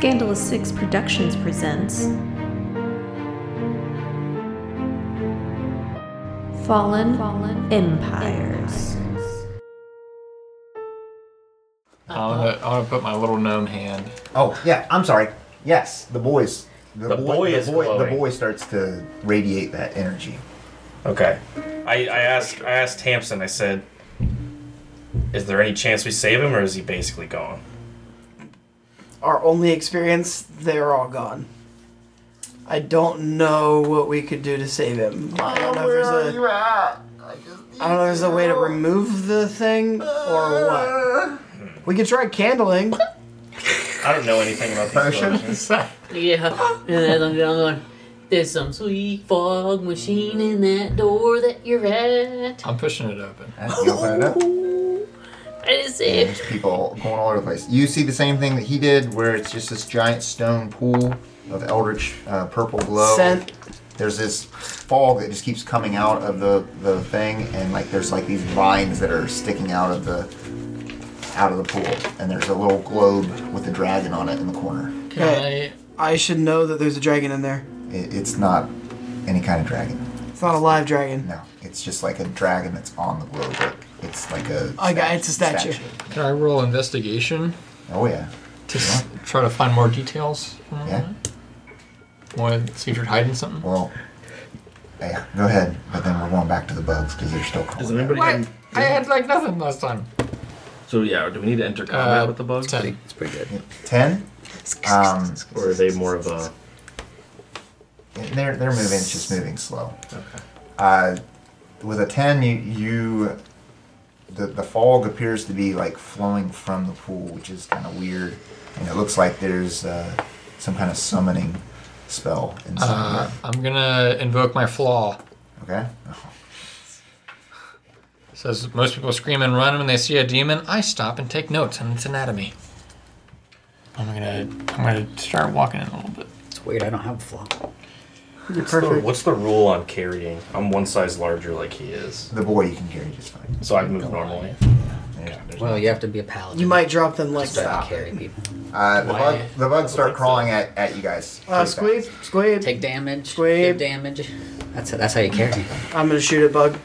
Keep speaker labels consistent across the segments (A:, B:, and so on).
A: Formula 6 Productions presents Fallen, Fallen Empires.
B: I want to, I want to put my little gnome hand.
C: Oh yeah, I'm sorry. Yes, the boys.
D: The boy is
C: the boy, the
D: glowing.
C: boy starts to radiate that energy.
D: Okay. I, I asked I asked Hampson, I said, Is there any chance we save him or is he basically gone?
E: our only experience, they're all gone. I don't know what we could do to save him. I don't know if there's a, I don't know if there's a way to remove the thing or what. We could try candling.
D: I don't know anything about these
C: Potion?
D: potions.
F: Yeah. And as I'm going, there's some sweet fog machine in that door that you're at.
B: I'm pushing it open.
C: As you open it up,
F: I didn't see
C: and
F: it.
C: there's people going all over the place. You see the same thing that he did, where it's just this giant stone pool of eldritch uh, purple glow.
E: Scent.
C: There's this fog that just keeps coming out of the the thing, and like there's like these vines that are sticking out of the out of the pool, and there's a little globe with a dragon on it in the corner.
B: Can
E: Okay. I should know that there's a dragon in there.
C: It, it's not any kind of dragon.
E: It's not a live dragon.
C: No, it's just like a dragon that's on the globe. Like, it's like a.
E: Oh, yeah, it's a statue.
B: I, can I roll investigation
C: Oh yeah,
B: to s- try to find more details?
C: yeah.
B: Want to see if you're hiding something?
C: Well, yeah. Go ahead, but then we're going back to the bugs because they're still
G: Does
C: crawling.
G: anybody?
B: What?
G: in-
B: I had like nothing last time.
G: so yeah, do we need to enter combat
B: Uh,
G: with the bugs?
B: ten.
G: It's pretty good.
C: Ten. Um,
G: Or are they more of a?
C: they're they're moving. It's just moving slow. Okay. Uh, with a ten, you you. The, the fog appears to be like flowing from the pool, which is kind of weird, and it looks like there's uh, some kind of summoning spell inside.
B: Uh, I'm gonna invoke my flaw.
C: Okay.
B: Says most people scream and run when they see a demon. I stop and take notes on its anatomy. I'm gonna I'm gonna start walking in a little bit.
H: It's weird. I don't have a flaw.
E: You're
D: What's the,
E: perfect.
D: what's the rule on carrying? I'm one size larger like he is.
C: The boy you can carry just fine.
D: So I move normally.
C: There's- there's
H: Well, you have to be a paladin.
E: You might drop them like
H: start
E: that.
H: to carry people.
C: Uh, the,
B: Why?
C: bug, the bugs start crawling at, at you guys.
E: Uh,
C: Pretty
E: squeeb,
C: fast.
E: squeeb.
H: Take damage.
E: Squib.
H: Give damage. That's it. That's how you carry.
E: I'm gonna shoot a bug.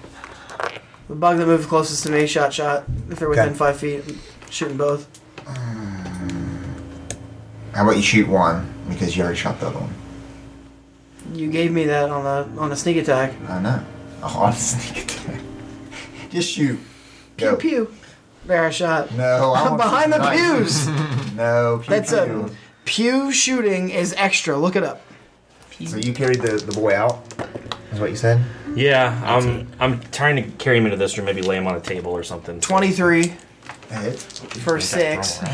E: The bug that moved closest to me, shot, shot. If they're within
C: Okay.
E: five feet, I'm shooting both.
C: How about you shoot one because you already shot the other one?
E: You gave me that on the on a sneak attack.
C: I know. Oh, on sneak attack. Just shoot.
E: Pew
C: Go.
E: pew. There I shot.
C: No, I want
E: Behind the
C: some knife.
E: pews.
C: No, pew,
E: That's a
C: pew.
E: pew shooting is extra. Look it up.
C: So you carried the, the boy out. Is what you said.
D: Yeah, I'm I'm trying to carry him into this room, maybe lay him on a table or something.
E: Twenty three
C: That hits.
E: for six.
D: It's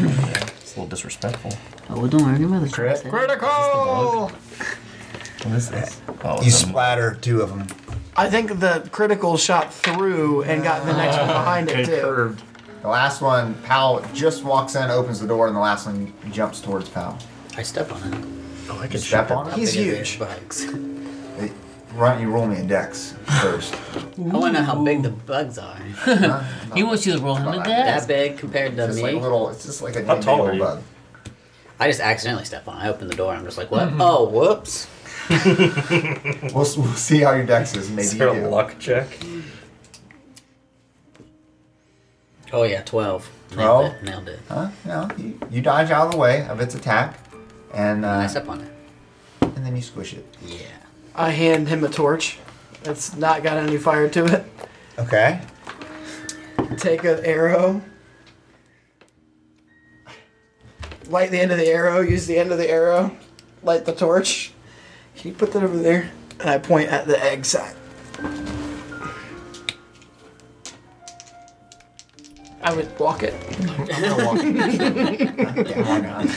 D: a little disrespectful.
F: Oh, well, don't worry about
C: Crit.
B: Critical.
D: What is this? Oh,
C: You
D: it's a-
C: splatter two of them.
E: I think the critical shot through and got the next one behind it too.
B: curved.
C: The last one, Pal just walks in, opens the door, and the last one jumps towards Pal.
H: I step on it.
G: Oh, I can
C: Step on it.
E: He's
H: Big as
E: huge.
H: these Bugs.
C: It- Why don't you roll me a dex first?
H: I want to know how big the bugs are.
F: He wants you to roll him to
C: About
H: that
F: death.
H: big compared to
C: It's
H: me.
C: like little. It's just like a
D: How tall are
C: little
D: you?
C: bug.
H: I just accidentally step on. it. I open the door. I'm just like, what?
C: Mm-hmm.
H: Oh, whoops.
C: We'll, we'll see how your dex is. Maybe
D: Is
C: you
D: there
C: do.
D: a luck check?
H: Oh yeah, twelve.
C: Twelve?
H: Nailed it. Nailed it.
C: Huh? No, you, you dodge out of the way of its attack, and
H: I
C: uh,
H: step on it.
C: and then you squish it.
H: Yeah.
E: I hand him a torch. It's not got any fire to it.
C: Okay.
E: Take an arrow. Light the end of the arrow. Use the end of the arrow. Light the torch. Can you put that over there? And I point at the egg side. I would walk it.
C: Yeah, why not?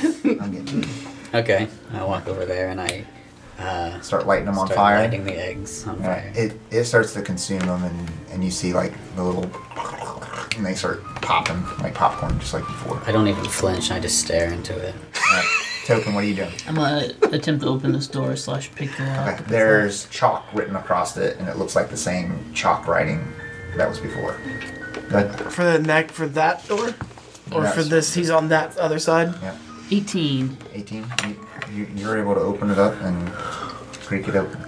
C: I'm getting
H: Okay. I walk over there and I uh,
C: start lighting them on
H: start
C: fire.
H: lighting the eggs on
C: All right.
H: fire.
C: It it starts to consume them, and and you see like the little, and they start popping like popcorn, just like before.
H: I don't even flinch. I just stare into it.
C: Alright. Token, what are you doing?
F: I'm gonna attempt to open this door slash pick her up.
C: Okay. There's chalk written across it, and it looks like the same chalk writing that was before. Good.
E: For the neck, for that door? Or
C: Yes.
E: for this, he's on that other side?
C: Yeah.
F: 18.
C: 18. You, you're able to open it up and creak it open.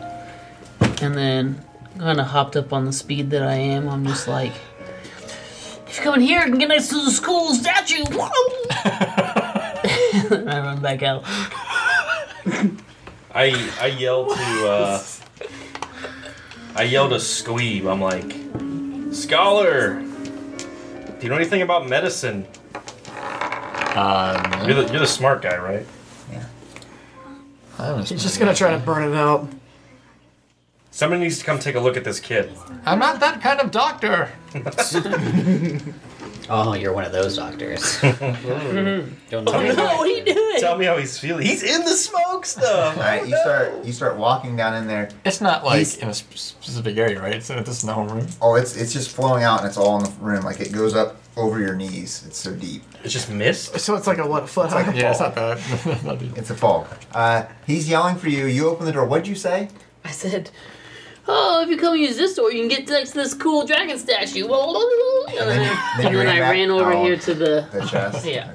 F: And then, kind of hopped up on the speed that I am, I'm just like, if you come in here and get next to the school statue, whoa! and I run back out.
D: I I yell to uh, I yell to Squeeb. I'm like, scholar, do you know anything about medicine?
B: Uh,
C: Um,
D: You're the, you're the smart guy, right?
B: I'm,
E: He's just gonna try to burn it out.
D: Somebody needs to come take a look at this kid.
B: I'm not that kind of doctor.
H: Oh, you're one of those doctors. Don't know
D: Tell me,
F: What are you doing?
D: tell me how he's feeling. He's in the smoke stuff.
C: All right, you start you start walking down in there.
B: It's not like
C: He's-
B: in a sp- specific area, right? It's, this is the whole room.
C: Oh, it's it's just flowing out and it's all in the room. Like it goes up over your knees. It's so deep.
D: It's just mist.
E: So it's like a what a foot high.
B: Yeah, it's not that. not the-
C: It's a fog. Uh, he's yelling for you. You open the door. What'd you say?
F: I said, oh, if you come use this door, you can get next to this cool dragon statue. Whoa, whoa, whoa. And
C: then
F: then,
C: you-
F: I-
C: then
F: and
C: you
F: then
C: ran
F: I
C: back
F: ran over
C: out.
F: here to the.
C: The chest.
F: Yeah.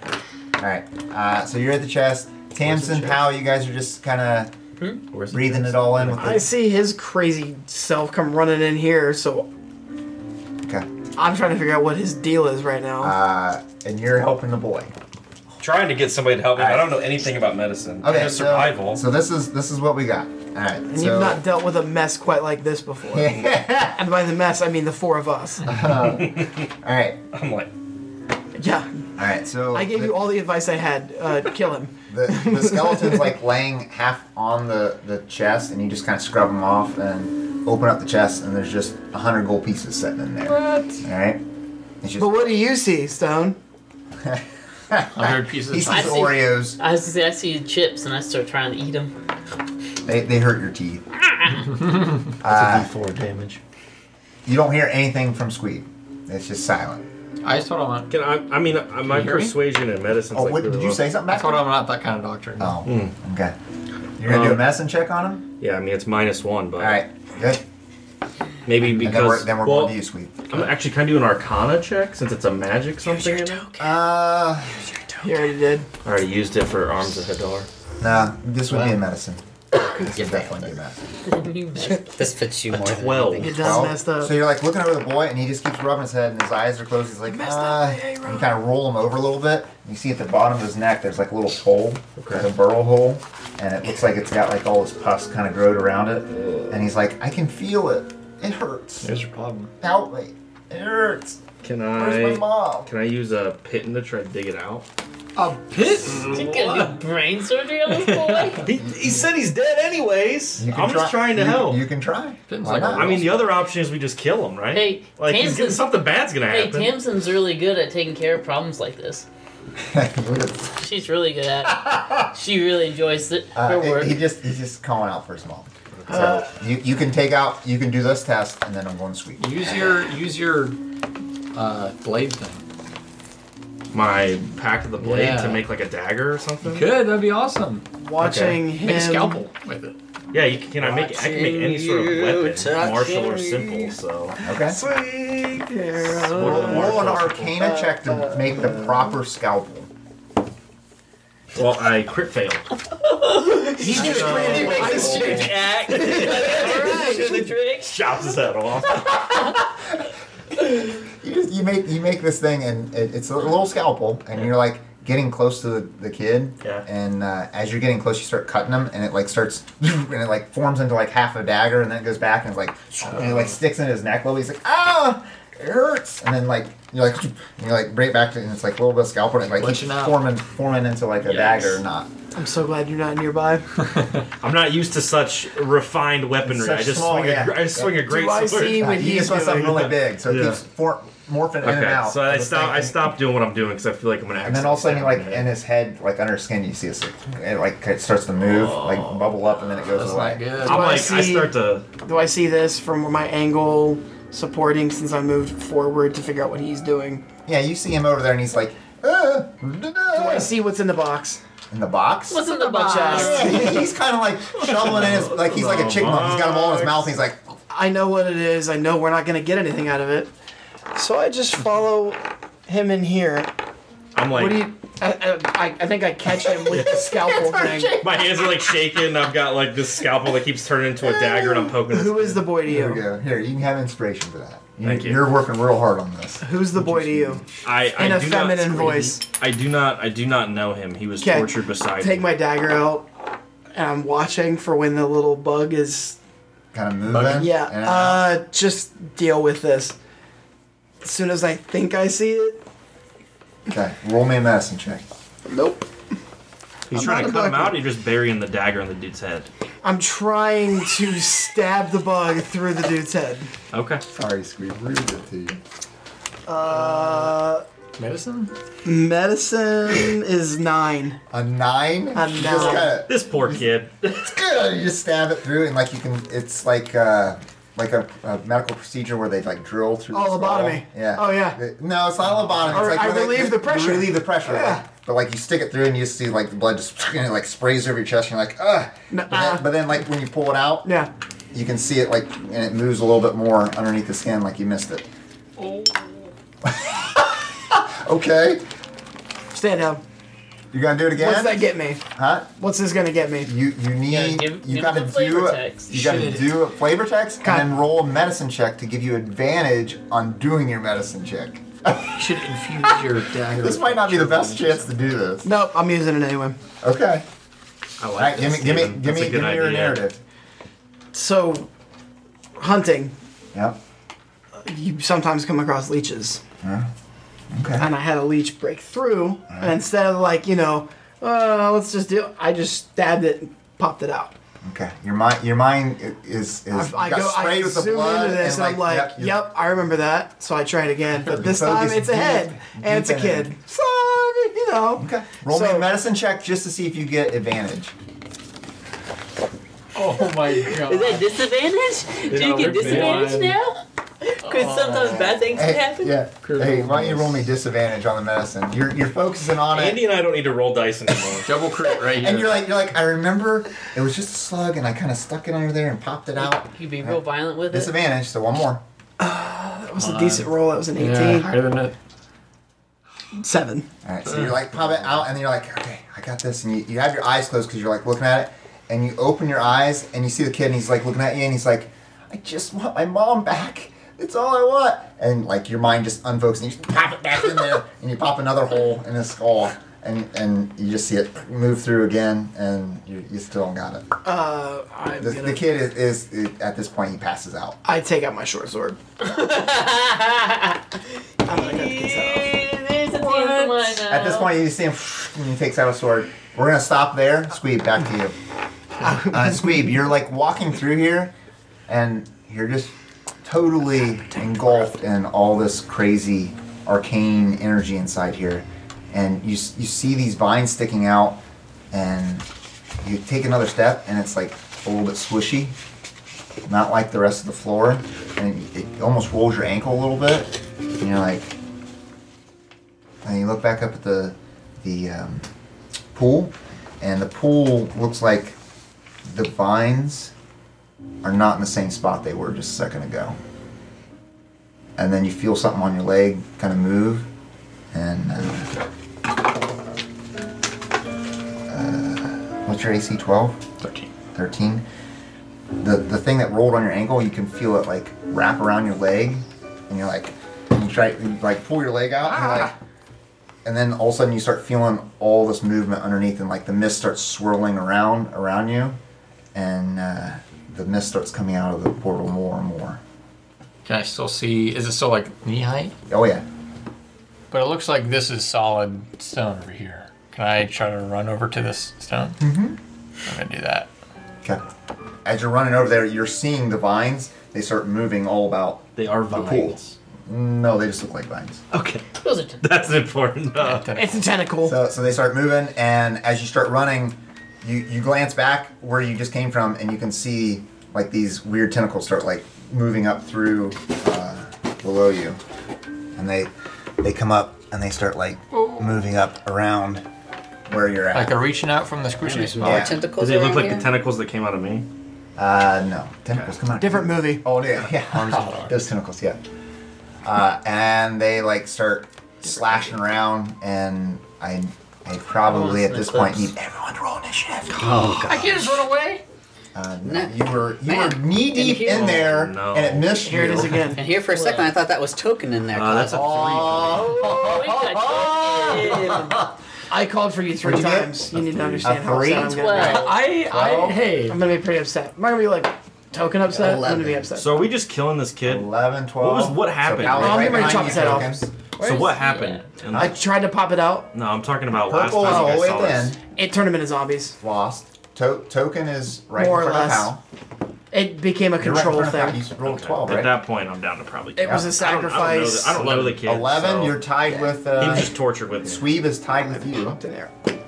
C: All right. Uh, so you're at the chest. Tamsin, Powell, you guys are just kind of
G: Where's
C: breathing it all in with
E: I
C: the.
E: see his crazy self come running in here, so
C: Okay.
E: I'm trying to figure out what his deal is right now.
C: Uh, and you're helping the boy.
D: Trying to get somebody to help me. I don't know anything about medicine. I know
C: so-
D: survival.
C: So, this is this is what we got. All right.
E: and
C: so,
E: you've not dealt with a mess quite like this before. and by the mess, I mean the four of us.
C: all right.
D: I'm like,
E: yeah,
C: All right. So
E: I gave
C: the,
E: you all the advice I had. Uh, kill him.
C: The, the skeleton's like laying half on the the chest, and you just kind of scrub them off and open up the chest, and there's just a hundred gold pieces sitting in there. All right. It's just
E: But what do you see, Stone?
B: I heard pieces.
C: he
B: of
C: sees
F: I see-
C: Oreos.
F: I see, I see chips and I start trying to eat them.
C: They, they hurt your teeth.
G: That's a D4 damage.
C: You don't hear anything from Squeeb. It's just silent.
B: I just told him I'm,
G: Can I? I mean, uh, my
B: you hear me?
G: persuasion and medicine.
C: Oh, what, did you say something
B: I
C: back?
B: told him I'm not that kind of doctor.
C: Oh, okay. You're gonna do a
G: Um,
C: medicine check on him.
G: Yeah, I mean it's minus one, but
C: All right, good.
G: maybe
C: And then we're,
G: because
C: then we're
G: well,
C: going to you, Squeeb.
G: I'm actually kind of do an Arcana check since it's a magic something. in it.
C: Uh,
E: You already did.
G: I already used it for arms of Hadar.
C: nah, this would be a medicine. This
H: Yeah,
C: would definitely be a medicine.
F: You mess-
H: This fits you more than
G: twelve.
H: anything.
E: You
C: Well,
E: done messed up.
C: So you're like looking over the boy, and he just keeps rubbing his head, and his eyes are closed. He's like,
E: messed
C: ah.
E: up. Hey,
C: And you
E: Rob.
C: kind of roll him over a little bit. and You see at the bottom of his neck, there's like a little hole,
G: Okay.
C: like a burrow hole, and it looks like it's got like all this pus kind of growed around it. And he's like, I can feel it. It hurts.
B: There's your problem.
C: Help me. It hurts.
G: Can
C: Where's my
G: I?
C: mom?
G: Can I use a pit in to try to dig it out?
B: A pit?
F: You gonna do brain surgery on this boy?
G: He, he said he's dead anyways.
C: You can
G: I'm just
C: try-
G: trying to
C: you,
G: help.
C: You can try.
B: Didn't
C: Why
B: like-
C: not?
G: I mean, the other option is we just kill him, right?
F: Hey,
G: like he's
F: Tamsin-
G: getting- something bad's gonna
F: hey,
G: happen.
F: Tamsin's really good at taking care of problems like this. She's really good at it. She really enjoys it, her
C: Uh,
F: work.
C: he- he just he's just calling out for his mom.
G: Uh.
C: So you, you can take out you can do this test and then I'm going to sweep.
B: Use your use your uh, blade thing.
G: My pack of the blade
B: Yeah.
G: to make like a dagger or something.
B: Good, that'd be awesome.
E: Watching him.
B: Make a scalpel with it.
G: Yeah, you can, can I make? I can make any sort of
H: Watching you
G: weapon,
H: touching
G: martial or
H: me.
G: simple. So
C: Okay.
E: Sweet
G: Roll
E: Carol.
G: an
C: Roll an
G: arcana.
C: arcana check to make the proper scalpel.
G: Well, I crit failed.
B: He just
G: Chops his head off.
C: You just you make you make this thing and it, it's a little scalpel and you're like getting close to the, the kid.
G: Yeah.
C: And uh, as you're getting close, you start cutting them and it like starts and it like forms into like half a dagger and then it goes back and it's like and it like sticks in his neck a little. He's like ah, it hurts. And then like you're like and you're like break back to and it's like a little bit of scalpel and it like keeps
B: Glitching out.
C: forming forming into like a
G: Yikes.
C: dagger or not.
E: I'm so glad you're not nearby.
G: I'm not used to such refined weaponry.
C: Such
G: I just
C: small,
G: swing.
C: yeah.
G: A, I just swing a great
E: Do I
G: sword.
E: see-
C: Uh,
E: what
C: you
E: he's
C: just want something
E: doing.
C: really big, so it
G: Yeah.
C: keeps for- morphing in and
G: Okay,
C: out.
G: so I
C: of the
G: stop.
C: thing.
G: I stopped doing what I'm doing because I feel like I'm an.
C: And then all of a sudden, you like in his head, like under his skin, you see this, it like it starts to move, like bubble up, and then it goes
B: That's
C: away.
B: not good.
G: I'm
E: Do I
G: like I
E: see-
G: start to.
E: Do I see this from my angle supporting since I moved forward to figure out what he's doing?
C: Yeah, you see him over there, and he's like, uh,
E: Do I see what's in the box?
C: in the box.
F: What's in the box?
E: Chest.
C: Yeah, he's kind of like shoveling in his, like he's like a chipmunk. He's got them all in his mouth. And he's like,
E: I know what it is. I know we're not going to get anything out of it. So I just follow him in here
G: I'm like,
E: What do you? I, I, I think I catch him with the scalpel thing.
G: my hands are like shaking. I've got like this scalpel that keeps turning into a dagger, and I'm poking.
E: Who is the boy to
C: Here we
E: you?
C: go. Here, you can have inspiration for that. You,
G: Thank you.
C: You're working real hard on this.
E: Who's the boy to you?
G: I, I
E: In a
G: do not
E: feminine
G: scream.
E: voice.
G: I do not. I do not know him. He was
E: 'Kay.
G: tortured beside
E: Take
G: me.
E: my dagger out. And I'm watching for when the little bug is.
C: Kind of moving.
E: Yeah.
C: in and out.
E: Uh, just deal with this. As soon as I think I see it.
C: okay. Roll me a medicine check.
E: Nope.
G: He's
E: I'm
G: trying
E: not a
G: to cut him
E: doctor.
G: out. Or you're just burying the dagger in the dude's head.
E: I'm trying to stab the bug through the dude's head.
G: Okay.
C: Sorry, Squeak. Rude it to you.
E: Uh,
B: Medicine?
E: medicine is nine.
C: A nine.
E: A
C: You just
E: nine.
C: gotta,
G: This poor kid.
C: you just stab it through, and like you can. It's like uh, like a, a medical procedure where they like drill through.
E: Oh,
C: the skull.
E: lobotomy.
C: Yeah.
E: Oh, yeah.
C: The- No, it's not lobotomy.
E: Or
C: it's like
E: I
C: where they-
E: relieve
C: they-
E: the pressure.
C: you Relieve the pressure.
E: Yeah.
C: like- but like you stick it through, and you just see like the blood just and it like sprays over your chest. And you're like, ugh.
E: No,
C: but, then,
E: uh.
C: but then like when you pull it out,
E: Yeah.
C: you can see it like and it moves a little bit more underneath the skin, like you missed it. okay.
E: Stand down.
C: You gonna do it again?
E: What's that get me?
C: Huh?
E: What's this gonna get me?
C: You you need
I: Yeah, give-
C: you
I: give
C: gotta
I: the flavor
C: do a,
I: text.
C: you gotta
B: Shit.
C: do a flavor text
E: God.
C: and then roll a medicine check to give you advantage on doing your medicine check.
B: You should infuse your dagger.
C: This might not be the best chance to do this.
E: Nope, I'm using it anyway.
C: Okay.
G: I
C: All right,
G: like
C: give me
G: this,
C: give me
G: Steven.
C: give
G: That's
C: me
G: a good
C: give me your
G: idea.
C: narrative.
E: So, hunting,
C: Yep.
E: you sometimes come across leeches.
C: Okay.
E: And I had a leech break through, and instead of like, you know, uh, let's just do I just stabbed it and popped it out.
C: Okay. Your mind your mind i- is is
E: I,
C: you
E: I
C: got
E: go, I
C: sprayed with the
E: zoom
C: blood
E: into this, and, I'm like, yep,
C: you're-
E: I remember that. So I try it again, but this time
C: Focus
E: it's a
C: deep-
E: head, and it's a
C: deep in.
E: kid. So, you know.
C: Okay. Roll me
E: So-
C: a medicine check just to see if you get advantage.
B: Oh my
H: Is
B: god.
H: that disadvantage? Do
B: Yeah,
H: you get
B: we're
H: disadvantage
B: blind.
H: now? Because sometimes bad things can
C: Hey,
H: happen.
C: yeah. Hey, why don't you roll me disadvantage on the medicine? You're you're focusing on it.
G: Andy and I don't need to roll dice anymore.
B: Double crit right here.
C: And you're like, you're like, I remember it was just a slug, and I kind of stuck it under there and popped it out.
H: You'd be real violent with it.
C: Disadvantage, so one more.
E: That was a decent roll. That was an 18.
B: yeah, higher than it.
E: Seven.
C: All right, so you're like, pop it out, and then you're like, okay, I got this, and you, you have your eyes closed because you're like looking at it, and you open your eyes, and you see the kid, and he's like looking at you, and he's like, I just want my mom back. It's all I want. And like your mind just unfocuses, and you just pop it back in there, and you pop another hole in his skull, and and you just see it move through again, and you, you still don't got it.
E: Uh, I'm
C: The,
E: gonna,
C: the kid is, is at this point he passes out.
E: I take out my short sword. I'm gonna cut the kid's head off.
H: There's a damn line now.
F: uh,
C: At this point, you see him, and he takes out a sword. We're gonna stop there. Squeeb, back to you. Uh, Squeeb, you're like walking through here, and you're just totally engulfed in all this crazy arcane energy inside here, and you s- you see these vines sticking out, and you take another step, and it's like a little bit squishy, not like the rest of the floor, and it almost rolls your ankle a little bit, and you're like, and you look back up at the the um, pool, and the pool looks like the vines are not in the same spot they were just a second ago. And then you feel something on your leg kind of move, and uh, uh, uh, what's your AC? Twelve.
B: 13.
C: 13 the the thing that rolled on your ankle you can feel it like wrap around your leg and you're like and you try you like pull your leg out and you're like and then all of a sudden you start feeling all this movement underneath and like the mist starts swirling around around you and uh, the mist starts coming out of the portal more and more
B: Can I still see? Is it still like knee height?
C: oh yeah
B: But it looks like this is solid stone over here. Can I try to run over to this stone? Mm-hmm. I'm gonna do that.
C: okay as you're running over there you're seeing the vines they start moving all about
G: They are
C: the
G: vines.
C: pool no they just look like vines
E: Okay.
F: Those are t-
G: That's important. Uh,
E: It's a tentacle.
C: So, so they start moving, and as you start running, you, you glance back where you just came from, and you can see like these weird tentacles start like moving up through uh, below you, and they they come up and they start like moving up around where you're
B: Like
C: at.
B: a reaching out from the squishy
H: There's
B: spot.
H: more
C: Yeah.
H: tentacles
G: does it look
H: around
G: like
H: here?
G: the tentacles that came out of me?
C: Uh, no, tentacles come out.
E: Different movie.
C: Oh yeah, yeah. Those tentacles, yeah. Uh, and they like start slashing around, and I I probably
F: Oh,
C: at this point
F: eclipse.
C: need everyone to roll initiative.
H: Oh god.
B: I can't just run away.
C: Uh,
H: No.
C: You were you were
H: Man.
C: knee deep
H: here-
C: in there,
D: Oh, no.
C: and it missed
E: Here
C: you.
E: it is again.
H: And here for a second, I thought that was token in there.
B: Uh, that's a
H: Kyle.
B: three.
F: Oh,
E: I called for you three
C: What'd you get?
E: times. You need to understand how
C: three?
E: upset I'm gonna
F: Twelve.
E: be. I, I,
C: Twelve?
E: hey, I'm gonna be pretty upset. I'm not gonna be like token upset. I'm gonna be
H: Eleven.
E: upset.
G: So are we just killing this kid?
C: 11, 12.
G: What was- what happened?
C: So Pally's
E: Oh, I'm
C: right
E: gonna
C: behind
E: chop
C: you,
E: his head off.
C: Tokens.
G: So what happened? And-
E: I tried to pop it out.
G: no, I'm talking about last
C: Purple is all
G: time you
C: the
G: guys
C: way
G: saw
C: then.
G: this.
E: It turned him into zombies.
C: Lost. To- token is right
E: More or
C: in front
E: less.
C: of Pal.
E: It became a
C: You're right in
E: control
C: front of Pal.
E: thing.
C: You rolled 12,
G: At
C: right?
G: that point, I'm down to probably.
E: It was a
G: I don't, I don't know
E: sacrifice.
G: the, I don't know the kid.
C: 11,
G: so-
C: you're tied with.
G: He
C: Uh,
G: was just tortured with me.
C: Sweeb is tied with you,
E: Didn't air. And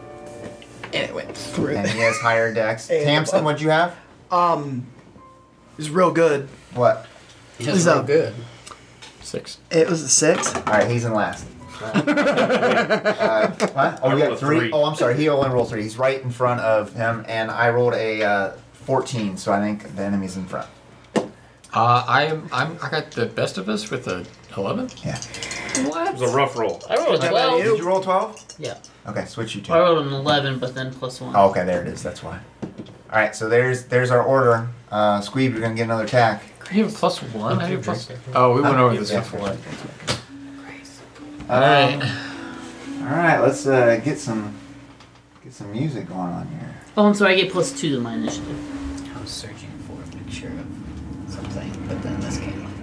E: it went through.
C: and
E: It
C: he has higher dex.
E: And-
C: Tamsin, what'd you have?
E: was real good.
C: What?
H: It was
E: He's
H: real
E: up.
H: good.
B: Six.
E: It was a six.
C: All right, he's in last. uh, what? Oh,
G: I
C: we
G: rolled
C: got
G: a
C: three.
G: three.
C: Oh, I'm sorry. He only rolled three. He's right in front of him, and I rolled a uh, 14, so I think the enemy's in front.
B: Uh, I'm, I'm, I got the best of us with a 11.
C: Yeah.
G: It was a rough roll.
F: I rolled a
E: How about
F: 12.
E: you?
C: Did you roll 12?
F: Yeah.
C: Okay, switch you two.
F: I rolled an 11, but then plus 1.
C: Oh, okay, there it is. That's why. All right, so there's there's our order. Uh, Squeeb, you're gonna get another attack.
B: I have a plus one. I have a plus. Oh, we went over this
C: Yeah.
B: before.
C: All
B: Alright.
C: Um, all right. Let's uh, get some get some music going on here.
F: Oh, I'm sorry, I get plus 2 to my initiative.
H: I was searching for a picture of something, but then this came up.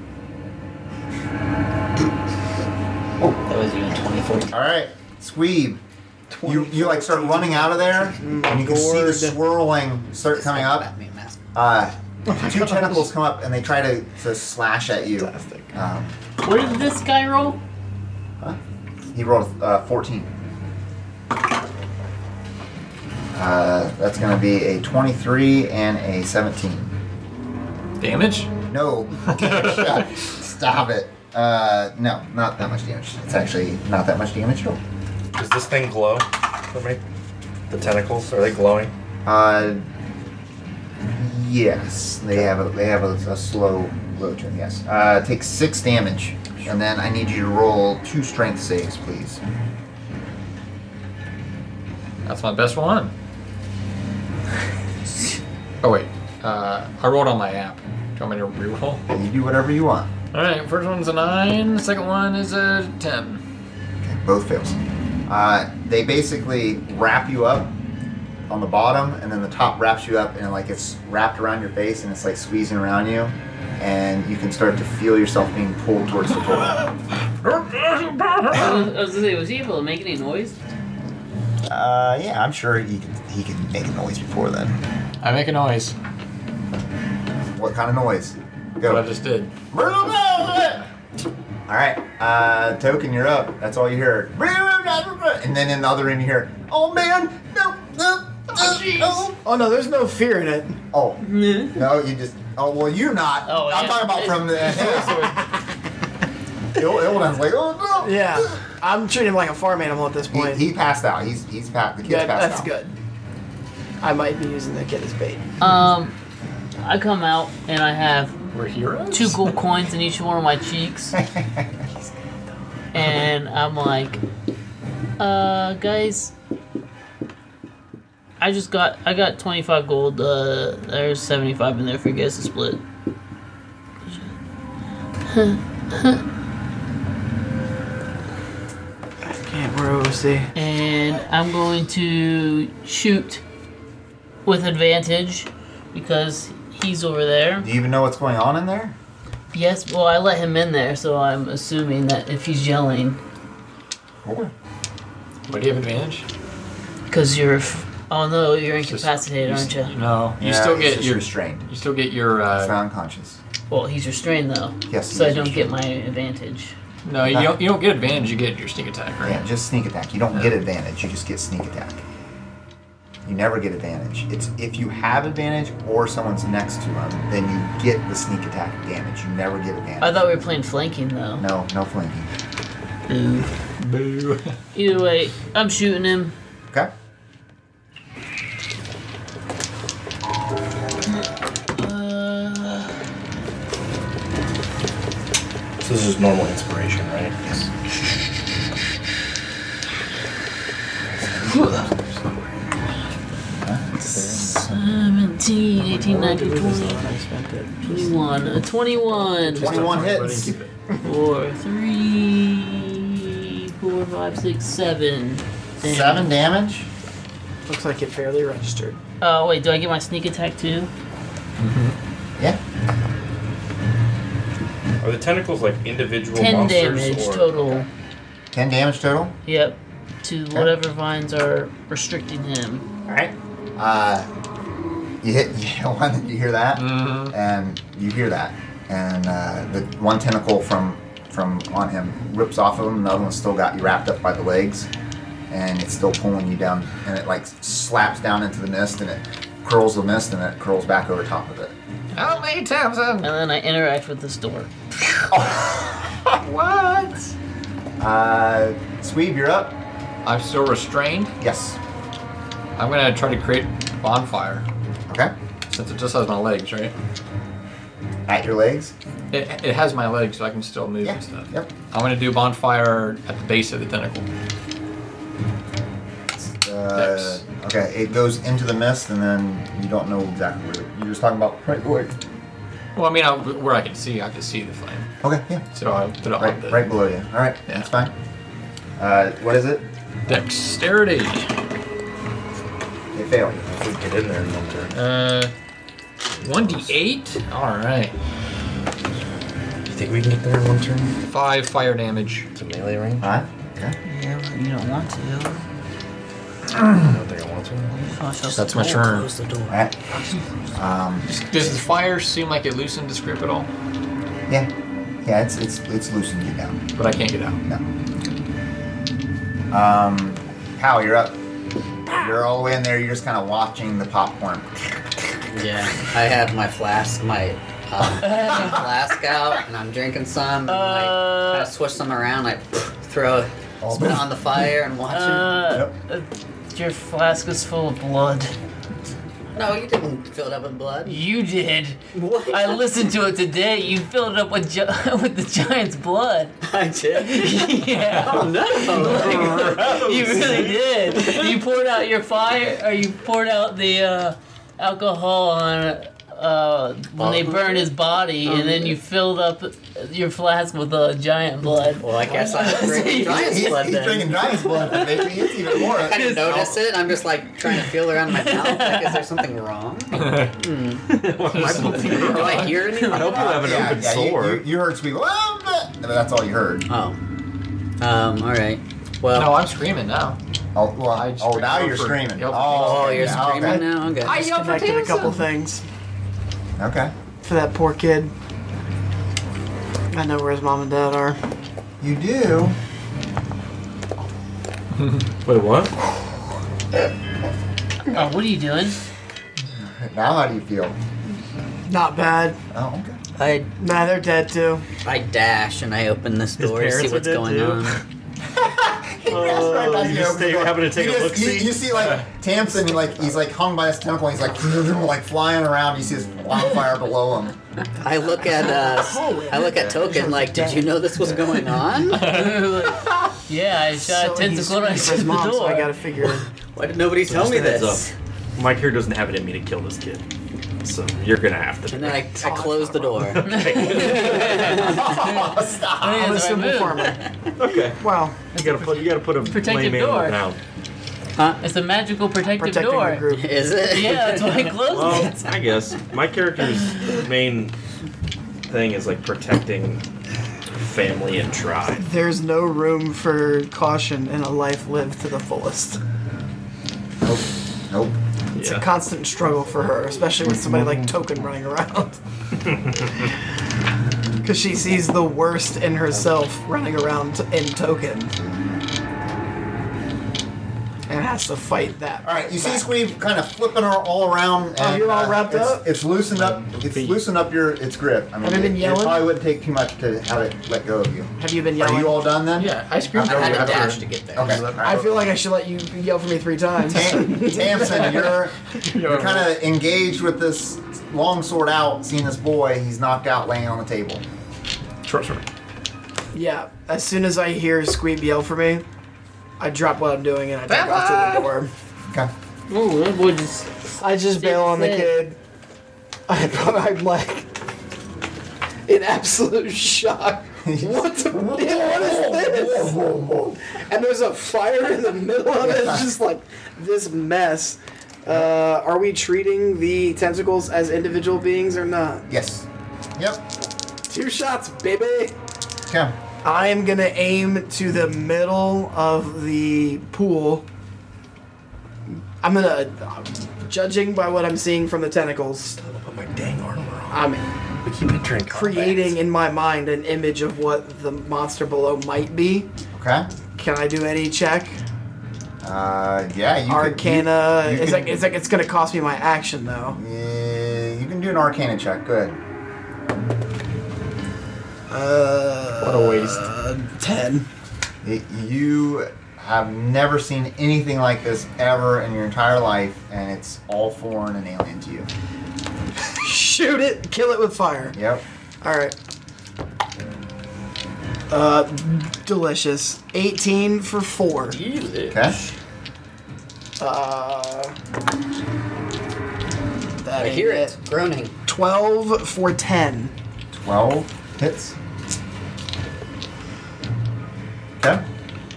H: That was you in 2014.
C: All right, Squeeb, you you like start running out of there, and you can see the
E: Lord.
C: swirling start
H: Just
C: coming
H: like
C: up.
H: Batman mask.
C: Uh, two tentacles come up and they try to, to slash at you. Um,
F: What did this guy roll?
C: he rolled uh, 14. Uh, that's gonna be a 23 and a 17.
B: Damage?
C: No. Stop it. Uh, no, not that much damage. It's actually not that much damage at all.
D: Does this thing glow for me? The tentacles are they glowing?
C: Uh, yes, they have a they have a, a slow glow turn. Yes. Uh, take six damage, and then I need you to roll two strength saves, please.
B: That's my best one. Oh, wait. Uh, I rolled on my app. Do you want me to reroll?
C: You do whatever you want.
B: Alright, first one's a 9, second one is a 10.
C: Okay, both fails. Uh, they basically wrap you up on the bottom, and then the top wraps you up, and like it's wrapped around your face, and it's like squeezing around you, and you can start to feel yourself being pulled towards the portal.
F: I was, I was gonna say, was he able to make any noise?
C: Uh, yeah, I'm sure he can, he can make a noise before then.
B: I make a noise.
C: What kind of noise? Go.
B: What I just did.
C: All right, uh, token, you're up. That's all you heard. And then in the other room, you hear, "Oh man, no, no, oh, oh,
E: Oh no, there's no fear in it.
C: oh, no, you just, oh well, you're not.
F: Oh,
C: I'm
F: yeah.
C: talking about from the. Il- Ildan's like, oh no.
E: Yeah, I'm treating him like a farm animal at this point.
C: He, he passed out. He's he's passed. The kid's
E: Good,
C: passed
E: that's
C: out.
E: good. I might be using the kid as bait.
F: Um, I come out and I have
B: We're heroes?
F: two gold coins in each one of my cheeks. and I'm like, uh, guys, I just got I got 25 gold. Uh, there's 75 in there for you guys to split.
E: Can't we're OC.
F: And I'm going to shoot with advantage because he's over there.
C: Do you even know what's going on in there?
F: Yes, well, I let him in there, so I'm assuming that if he's yelling,
B: What do you have advantage?
F: because you're. F- oh no, you're incapacitated,
B: Just-
F: aren't you?
B: No. You
C: Yeah,
B: still
C: he's
B: get
C: just
B: your.
C: restrained.
B: You still get your.
C: He's
B: Uh,
C: not unconscious.
F: Well, he's restrained though.
C: Yes, he
F: So I
C: is
F: don't get my advantage.
B: no, you don't. You don't get advantage. You get your sneak attack, right?
C: Yeah, just sneak attack. You don't get advantage. You just get sneak attack. You never get advantage. It's if you have advantage or someone's next to them, then you get the sneak attack damage. You never get advantage.
F: I thought we were playing flanking though.
C: no, no flanking.
F: Ooh.
B: Boo.
F: Either way, I'm shooting him.
C: Okay.
F: Uh,
D: So this is normal inspiration, right? Yes.
F: 18, 18, 19, 20,
E: I spent it.
F: 21, a
C: Twenty-one
F: 21.
I: But I didn't
C: hits.
I: keep it.
F: Four, three, four, five, six, seven. Damn.
C: Seven damage.
E: Looks like it barely registered.
F: Oh, wait, do I get my sneak attack too?
C: Yeah.
D: Are the tentacles like individual
F: 10
D: monsters?
F: damage
D: or-
F: total.
C: Ten damage total.
F: Yep. To whatever vines are restricting him.
C: All right. Uh, you hit, you hit one. You hear that, and you hear that, and uh, the one tentacle from from on him rips off of him. Another one's still got you wrapped up by the legs, and it's still pulling you down. And it like slaps down into the mist, and it curls the mist, and it curls back over top of it.
B: Help me, Tamsin.
F: And then I interact with this door.
B: What?
C: Uh, Sweeb, you're up.
B: I'm still restrained.
C: Yes.
B: I'm gonna try to create bonfire
C: Okay.
B: since it just has my legs, right?
C: At your legs.
B: It, it has my legs, so I can still move
C: Yeah.
B: and stuff.
C: Yep.
B: I'm gonna do bonfire at the base of the tentacle.
C: Uh,
B: Dex.
C: okay. It goes into the mist, and then you don't know exactly where. You're just talking about right where.
B: Well, I mean, I, where I can see, I can see the flame.
C: Okay. Yeah.
B: So I put it on
C: Right,
B: the
C: right below you. All right,
B: Yeah.
C: that's fine. Uh, what is it?
B: dexterity.
C: It failed.
D: Just Get in there and then turn.
B: Uh, 1d8. All right.
D: You think we can get there in one turn?
B: Five fire damage.
D: It's a melee range.
C: Huh? Okay.
F: Yeah, but you don't want to.
D: I don't think I want to.
B: That's my turn.
H: Close the door.
C: All right. Um,
B: Does the fire seem like it loosened the script at all?
C: yeah, yeah. It's it's it's loosened you down.
B: But I can't get out.
C: No. Um, Pow, you're up. You're all the way in there. You're just kind of watching the popcorn.
H: Yeah, I have my flask, my um, flask out, and I'm drinking some. And, like,
C: Uh,
H: I switch them around, like throw it,
C: All
H: spit it
C: done.
H: on the fire, and watch
F: Uh,
C: Yep.
F: your flask is full of blood.
H: it. No, you didn't fill it up with blood.
F: You did. I listened to it today. You filled it up with gi- with the giant's blood.
H: I did.
F: yeah.
H: Oh no!
F: You really did. You poured out your fire, or you poured out the uh, alcohol on uh, when they burned his body, and then you filled up your flask with uh, giant blood.
H: well, I guess I'm drinking giant's
C: He's,
H: blood
C: he's
H: then.
C: drinking giant's blood. Maybe it's even more.
H: I didn't notice it. I'm just like trying to feel around my mouth. Like, is there something wrong? Do I hear anything?
G: I hope you have an
C: yeah,
G: open
C: yeah, you-
G: sore.
C: You, you, heard sweet. "Whoa, bleh," but that's all you heard.
H: Oh. Um. All right. Well.
B: No, I'm screaming now.
C: Oh, well,
B: I just
C: oh now
B: screamed
C: you're
B: for-
C: screaming.
B: Yep.
H: oh, you're
C: yeah,
H: screaming
C: okay.
H: now. Okay.
E: I connected a couple things
C: Okay.
E: for that poor kid. I know where his mom and dad are.
C: You do.
G: Wait, what?
F: Oh, what are you doing?
C: Now how do you feel?
E: Not bad.
C: Oh, okay.
H: I
E: Nah, they're dead too.
H: I dash and I open this door to see
G: parents are
H: what's
G: dead
H: going
G: too.
H: on.
G: Oh, you just take- happen to take
C: you
G: a
C: just-
G: look-see?
C: You, you see like Tamsin, like he's like hung by his tentacle. And he's like like flying around. You see his wildfire below him.
H: I look at uh, I look at Token like, did you know this was going on?
F: yeah, I shot
E: So
F: a
E: he's screaming
F: tentacle and I
E: for
F: shut
E: his
F: the
E: mom, so
F: door.
E: I gotta figure.
H: Why did nobody tell me
G: Just a heads
H: this?
G: up. My character doesn't have it in me to kill this kid, so you're gonna have to.
H: And then I, I close the door.
F: I think
E: I'm a
F: that's the right
E: simple
F: move.
E: farmer.
G: okay.
E: Wow,
G: You gotta put you gotta put a
F: Protective
G: lame animal
F: door.
G: down.
F: It's a magical protective
E: protecting the
F: door.
E: group.
H: Is it?
F: Yeah, that's why I closed
G: Well,
F: it.
G: I guess my character's main thing is like protecting family and tribe.
E: There's no room for caution in a life lived to the fullest.
C: Nope. Nope.
E: It's
G: Yeah.
E: a constant struggle for her, especially with somebody like Token running around. Because she sees the worst in herself running around in Token. And has to fight that.
C: All right. You see Squeeb kind of flipping her all around. And,
E: Oh, you're all
C: uh,
E: wrapped
C: it's,
E: up?
C: It's loosened up. It's loosened up your its grip. I mean,
E: Have I been
C: it,
E: yelling?
C: it probably wouldn't take too much to have it let go of you.
E: Have you been
C: Are
E: yelling?
C: you all done then?
B: Yeah, I screamed.
H: I had
C: Okay.
H: to dash to get there.
C: Okay. all right.
E: I feel like I should let you yell for me three times.
C: Tam- Tamsin, you're you're kind of engaged with this long sword out, seeing this boy. He's knocked out, laying on the table.
G: Short sword.
E: yeah, as soon as I hear Squeeb yell for me, I drop what I'm doing and I take off to the door.
C: Okay.
F: Oh, that boy just.
E: I just bail on the kid. I, I'm like in absolute shock. What the? What is this? And there's a fire in the middle of it. It's just like this mess. Uh, are we treating the tentacles as individual beings or not?
C: Yes. Yep.
E: Two shots, baby.
C: Come.
E: I am gonna aim to the middle of the pool. I'm gonna, uh, judging by what I'm seeing from the tentacles,
D: Put my dang armor on.
E: I'm
D: We keep entering combat.
E: creating in my mind an image of what the monster below might be.
C: Okay.
E: Can I do any check?
C: Uh, yeah. You
E: Arcana.
C: Could, you, you
E: it's
C: can,
E: like it's like it's gonna cost me my action though.
C: Yeah, you can do an Arcana check. Go ahead.
E: Uh,
G: What a waste.
E: Ten.
C: It- you have never seen anything like this ever in your entire life, and it's all foreign and alien to you.
E: Shoot it. Kill it with fire.
C: Yep.
E: All right. Uh, delicious. 18 for four.
C: Okay.
E: Uh, that
H: I
E: ain't
H: hear it groaning.
E: 12 for 10.
C: Twelve hits. Okay.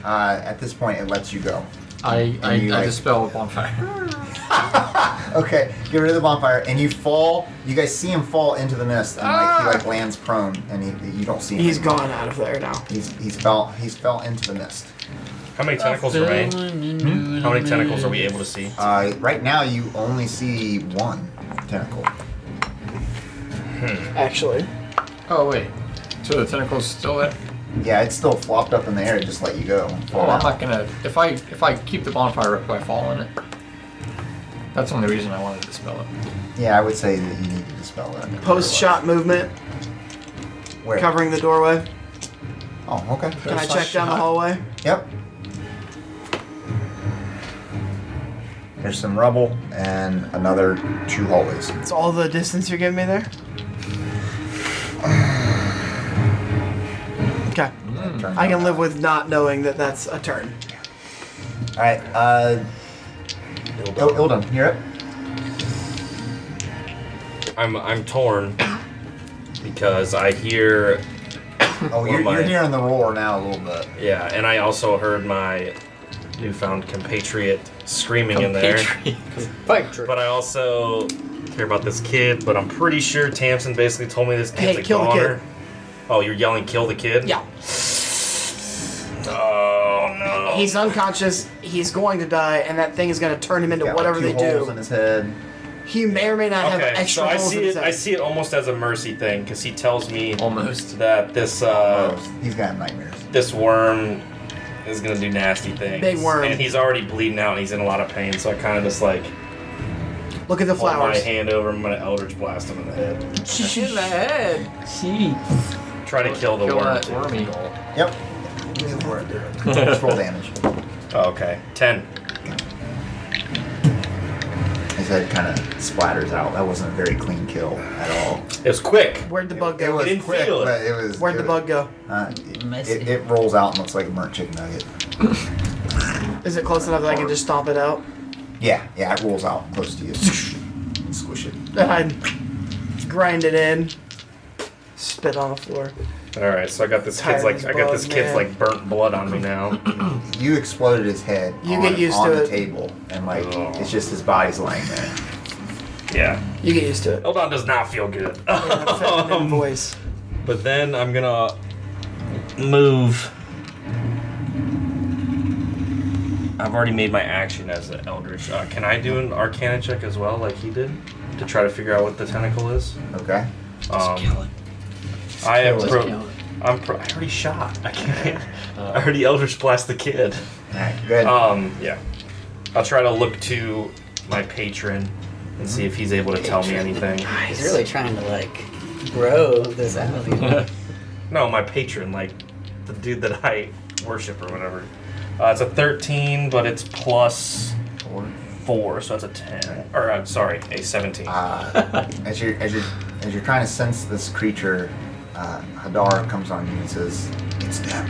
C: Uh, at this point, it lets you go.
B: I, I,
C: you,
B: I
C: like-
B: dispel a bonfire.
C: Okay, get rid of the bonfire, and you fall. You guys see him fall into the mist, and like, he like lands prone, and he, you don't see him.
E: Ah! He's
C: anymore.
E: gone out of there now.
C: He's he's fell he's fell into the mist.
D: How many tentacles remain? How many tentacles are we able to see?
C: Uh, right now, you only see one tentacle.
E: Actually.
B: Oh, wait. So the tentacle's still there?
C: Yeah, it's still flopped up in the air. It just let you go. and
B: Oh,
C: fall
B: I'm
C: out.
B: not gonna. If I if I keep the bonfire up, I fall in it. That's the only reason I wanted to dispel it.
C: Yeah, I would say that you need to dispel that.
E: Post shot movement,
C: Where?
E: covering the doorway.
C: Oh, okay.
E: Can I
B: Post
E: check down the
B: shot.
E: hallway?
C: Yep. There's some rubble and another two hallways.
E: It's all the distance you're giving me there? Okay. I can live with not knowing that that's a turn.
C: All right. Uh, Il- Ilden, you're up.
D: I'm I'm torn because I hear
C: Oh, you're,
D: am I?
C: you're hearing the roar now a little bit.
D: yeah, and I also heard my newfound compatriot screaming in there.
H: Fight trip.
D: But I also hear about this kid, but I'm pretty sure Tamsin basically told me this kid's
E: Hey,
D: a
E: kill the kid.
D: goner. Oh, you're yelling kill the kid? Oh no.
E: He's unconscious. He's going to die, and that thing is going to turn him into
C: Got, like,
E: whatever
C: two
E: they do.
C: holes in his head.
E: He may or may not have
D: Okay,
E: extra
D: so I
E: holes in
D: see
E: his
D: it.
E: head.
D: I see it almost as a mercy thing because he tells me
B: Almost.
D: that this uh,
C: Oh, He's got nightmares.
D: this worm is gonna do nasty things.
E: Big worm.
D: And he's already bleeding out and he's in a lot of pain, so I kind of just like
E: Look at the
D: hold my
E: flowers.
D: hand over him and I'm gonna eldritch blast him in the head.
E: Shoot in the head.
D: Try to kill the
B: Kill
D: worm.
B: that
D: too.
B: wormy.
C: Yep. Go for it. Just roll damage.
D: Oh, okay, ten.
C: His head kind of splatters out. That wasn't a very clean kill at all.
D: It was quick.
E: Where'd the bug
C: It
E: go?
C: was
D: didn't
C: quick,
D: feel it.
C: but it was.
E: Where'd
C: it
E: the
C: was-
E: bug go?
C: Uh, it-
F: Messy.
C: it, it rolls out and looks like a burnt chicken nugget.
E: Is it close enough that I can just stomp it out?
C: Yeah, yeah, it rolls out close to you. Squish it.
E: Then I grind it in. Spit on the floor.
D: All right, so I got this
E: Tired
D: kid's like
E: as
D: I got
E: bug,
D: this kid's
E: man.
D: like burnt blood on me now.
C: You exploded his head
E: You
C: on,
E: get used
C: on
E: to
C: the
E: it.
C: table, and like
D: Oh.
C: it's just his body's laying there.
D: yeah,
E: You get used to it.
D: Eldon does not feel good.
E: Feminine voice.
D: But then I'm gonna move. I've already made my action as an eldritch. Uh, can I do an arcana check as well, like he did, to try to figure out what the tentacle is?
C: Okay.
D: Um, I am
C: kill it. Uh,
D: pro. I'm pro. I already shot. I can't. I already eldritch blast the kid.
C: All right, good.
D: Um, yeah. I'll try to look to my patron and see if he's able to tell me anything.
H: He's really trying to like grow this out. you know?
D: No, my patron, like the dude that I worship or whatever. Uh, it's a 13, but it's plus
C: Four.
D: 4, so that's a 10. Or, I'm sorry, a 17.
E: Ah.
C: Uh, as you're as you're as you're trying to sense this creature, uh, Hadar comes on you and says, "It's them."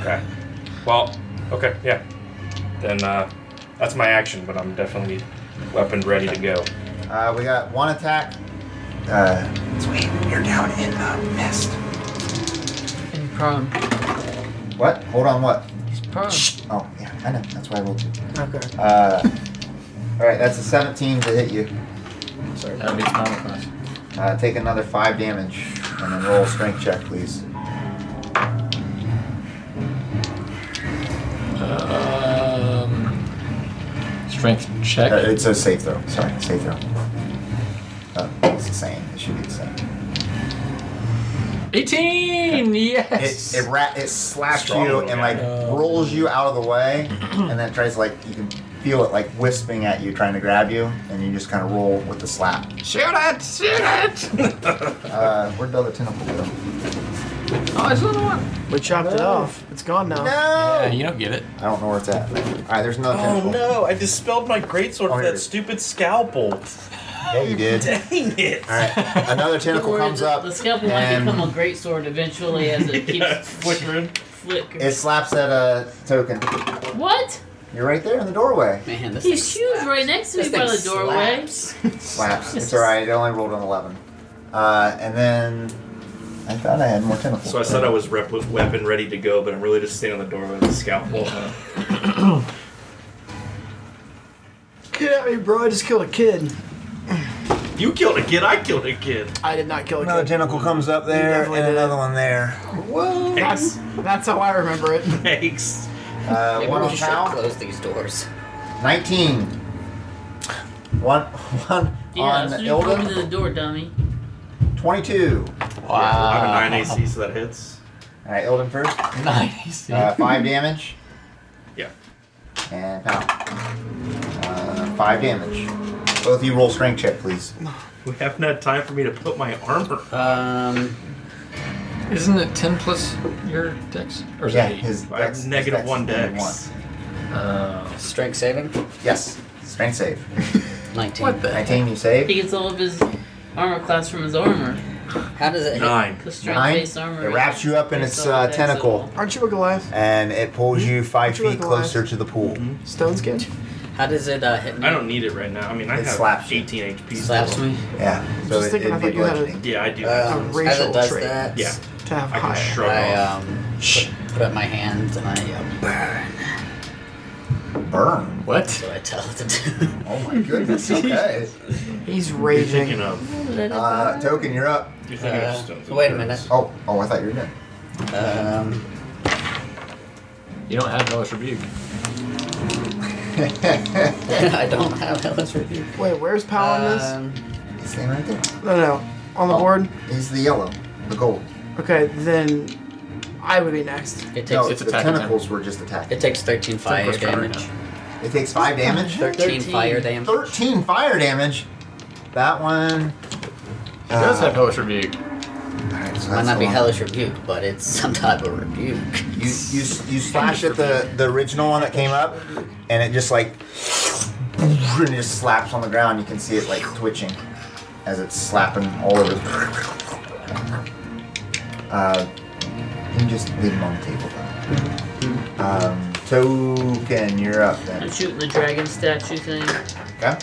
D: Okay. Well, okay, yeah. Then uh, That's my action, but I'm definitely weapon ready to go.
C: Uh, we got one attack. Uh, Sweet, you're down in the mist.
F: And prone.
C: What? Hold on, what?
F: He's prone.
C: Oh, yeah, I know. That's why I rolled two.
E: Okay.
C: Uh, all right, that's a 17 to hit you. Sorry.
B: That beats normal class.
C: Uh, take another five damage and then roll a strength check, please.
B: Um, strength check.
C: Uh, it's a safe throw. Sorry, safe throw. Uh, it's the same. It should be the same.
B: 18!
C: It
B: Yes!
C: it, ra- it slaps
D: Strong
C: you
D: little
C: and
D: guy.
C: like
B: Oh.
C: rolls you out of the way, and then it tries to like you can feel it like wisping at you, trying to grab you, and you just kind of roll with the slap.
B: shoot it! Shoot it!
C: Uh, where'd the other tentacle go?
B: oh, it's another one.
E: We chopped it off. It's gone now.
B: Yeah,
C: No.
B: you don't get it.
C: I don't know where it's at. All right, there's another
D: Oh
C: tentacle.
D: no! I dispelled my greatsword
C: Oh, here
D: with
C: it
D: that
C: is.
D: stupid scalpel.
C: Yeah, you did. All
D: Dang it!
C: right, another tentacle
F: Or
C: comes
F: the,
C: up
F: The scalpel might become
C: and
F: a great sword eventually as it keeps
D: Yeah, flickering.
F: flick.
C: it slaps at a token.
F: What?
C: You're right there in the doorway.
H: Man, this
F: His
H: thing
F: shoes
H: slaps.
F: right next to me
H: This
F: by
H: thing
F: the doorway.
H: slaps.
C: Slaps. It's all right. It only rolled an eleven. Uh, and then I thought I had more tentacles.
G: So I said I was rep- weapon ready to go, but I'm really just standing on the doorway with a scalpel.
E: Get at me, bro. I just killed a kid.
G: you killed a kid. I killed a kid.
E: I did not kill a
C: Another
E: kid.
C: tentacle comes up there, and
E: definitely did.
C: another one there.
E: Whoa. That's, that's how I remember it.
G: Thanks.
C: Uh,
H: Maybe
C: one
H: we
C: on
H: should
C: Cal.
H: close these doors.
C: 19. One, one
F: Yeah,
C: on
F: so you go into
C: Ilden.
F: the door, dummy.
C: 22.
G: I have a
B: Wow.
G: nine AC, so that hits.
C: Alright, Ilden first.
B: Nice.
C: Uh, 5 damage.
G: Yeah.
C: And pow. Uh, 5 damage. Both of you roll strength check, please.
G: We haven't had time for me to put my armor.
H: Um,
B: Isn't it 10 plus your dex? Or is
C: Yeah,
B: it 8?
C: his
G: I have
C: dex- his
G: negative
C: dex
G: one
C: is negative
G: dex.
B: Oh.
H: strength saving.
C: one. Yes. Strength save.
H: 19.
B: What the heck?
C: 19, you save.
F: He gets all of his armor class from his armor.
H: How does it hit?
G: Nine.
F: The strength
C: Nine.
F: based armor.
C: It wraps you up in
F: It's
C: its
F: all
C: uh,
F: dex
C: tentacle,
E: Aren't you a Goliath?
C: and it pulls you 5
E: Aren't you
C: feet
E: like alive?
C: closer to the pool.
E: Stone's good.
H: How does it uh, hit me?
G: I don't need it right now. I mean, I
C: It
G: have
C: slaps you.
G: 18 HP. still.
H: Slaps me.
C: Yeah. So
E: Just
C: it,
E: thinking,
C: it'd
E: I
C: be
E: thought you had a-
C: bludgeoning.
G: Yeah, I do. have
H: Um,
G: that.
H: as
E: racial
H: it does
E: trait.
H: that,
G: yeah,
E: To have
G: I can
E: higher.
G: shrug
H: I
G: off.
H: um, put, put up my hand and I uh, burn.
C: Burn.
B: What?
H: So I tell it to do.
C: Oh my goodness. Okay.
E: He's
G: You're thinking
E: raging.
G: of.
C: Uh, token, you're up.
G: You're thinking of
H: Uh,
G: stones.
H: wait a minute.
C: Oh, oh, I thought you were dead.
H: Um,
B: You don't have Hellish Rebuke.
H: I don't have Hellas Rebuke.
E: Wait, Uh, where's Pal on this?
H: Um,
C: Same right there.
E: No, no. On the
C: oh.
E: board?
C: He's the yellow, the gold.
E: Okay, then I would be next.
H: it takes
C: no,
B: it's
C: the
B: attacking
C: tentacles were just attacking.
H: it takes 13 fire
B: first round right
H: damage.
C: It takes five damage.
H: 13, fire damage.
C: Thirteen fire damage. That
B: It
C: one.
B: does have Hellish Rebuke.
C: Alright, so
H: Might
C: that's
H: not
C: the
H: be
C: one.
H: hellish rebuke, but it's some type of rebuke.
C: You you you slash at the the original one that came up, and it just like and it just slaps on the ground. You can see it like twitching as it's slapping all over. Uh, you can just leave them on the table. though. Um, token, you're up
F: I'm
C: then.
F: shooting the dragon statue thing.
C: Okay.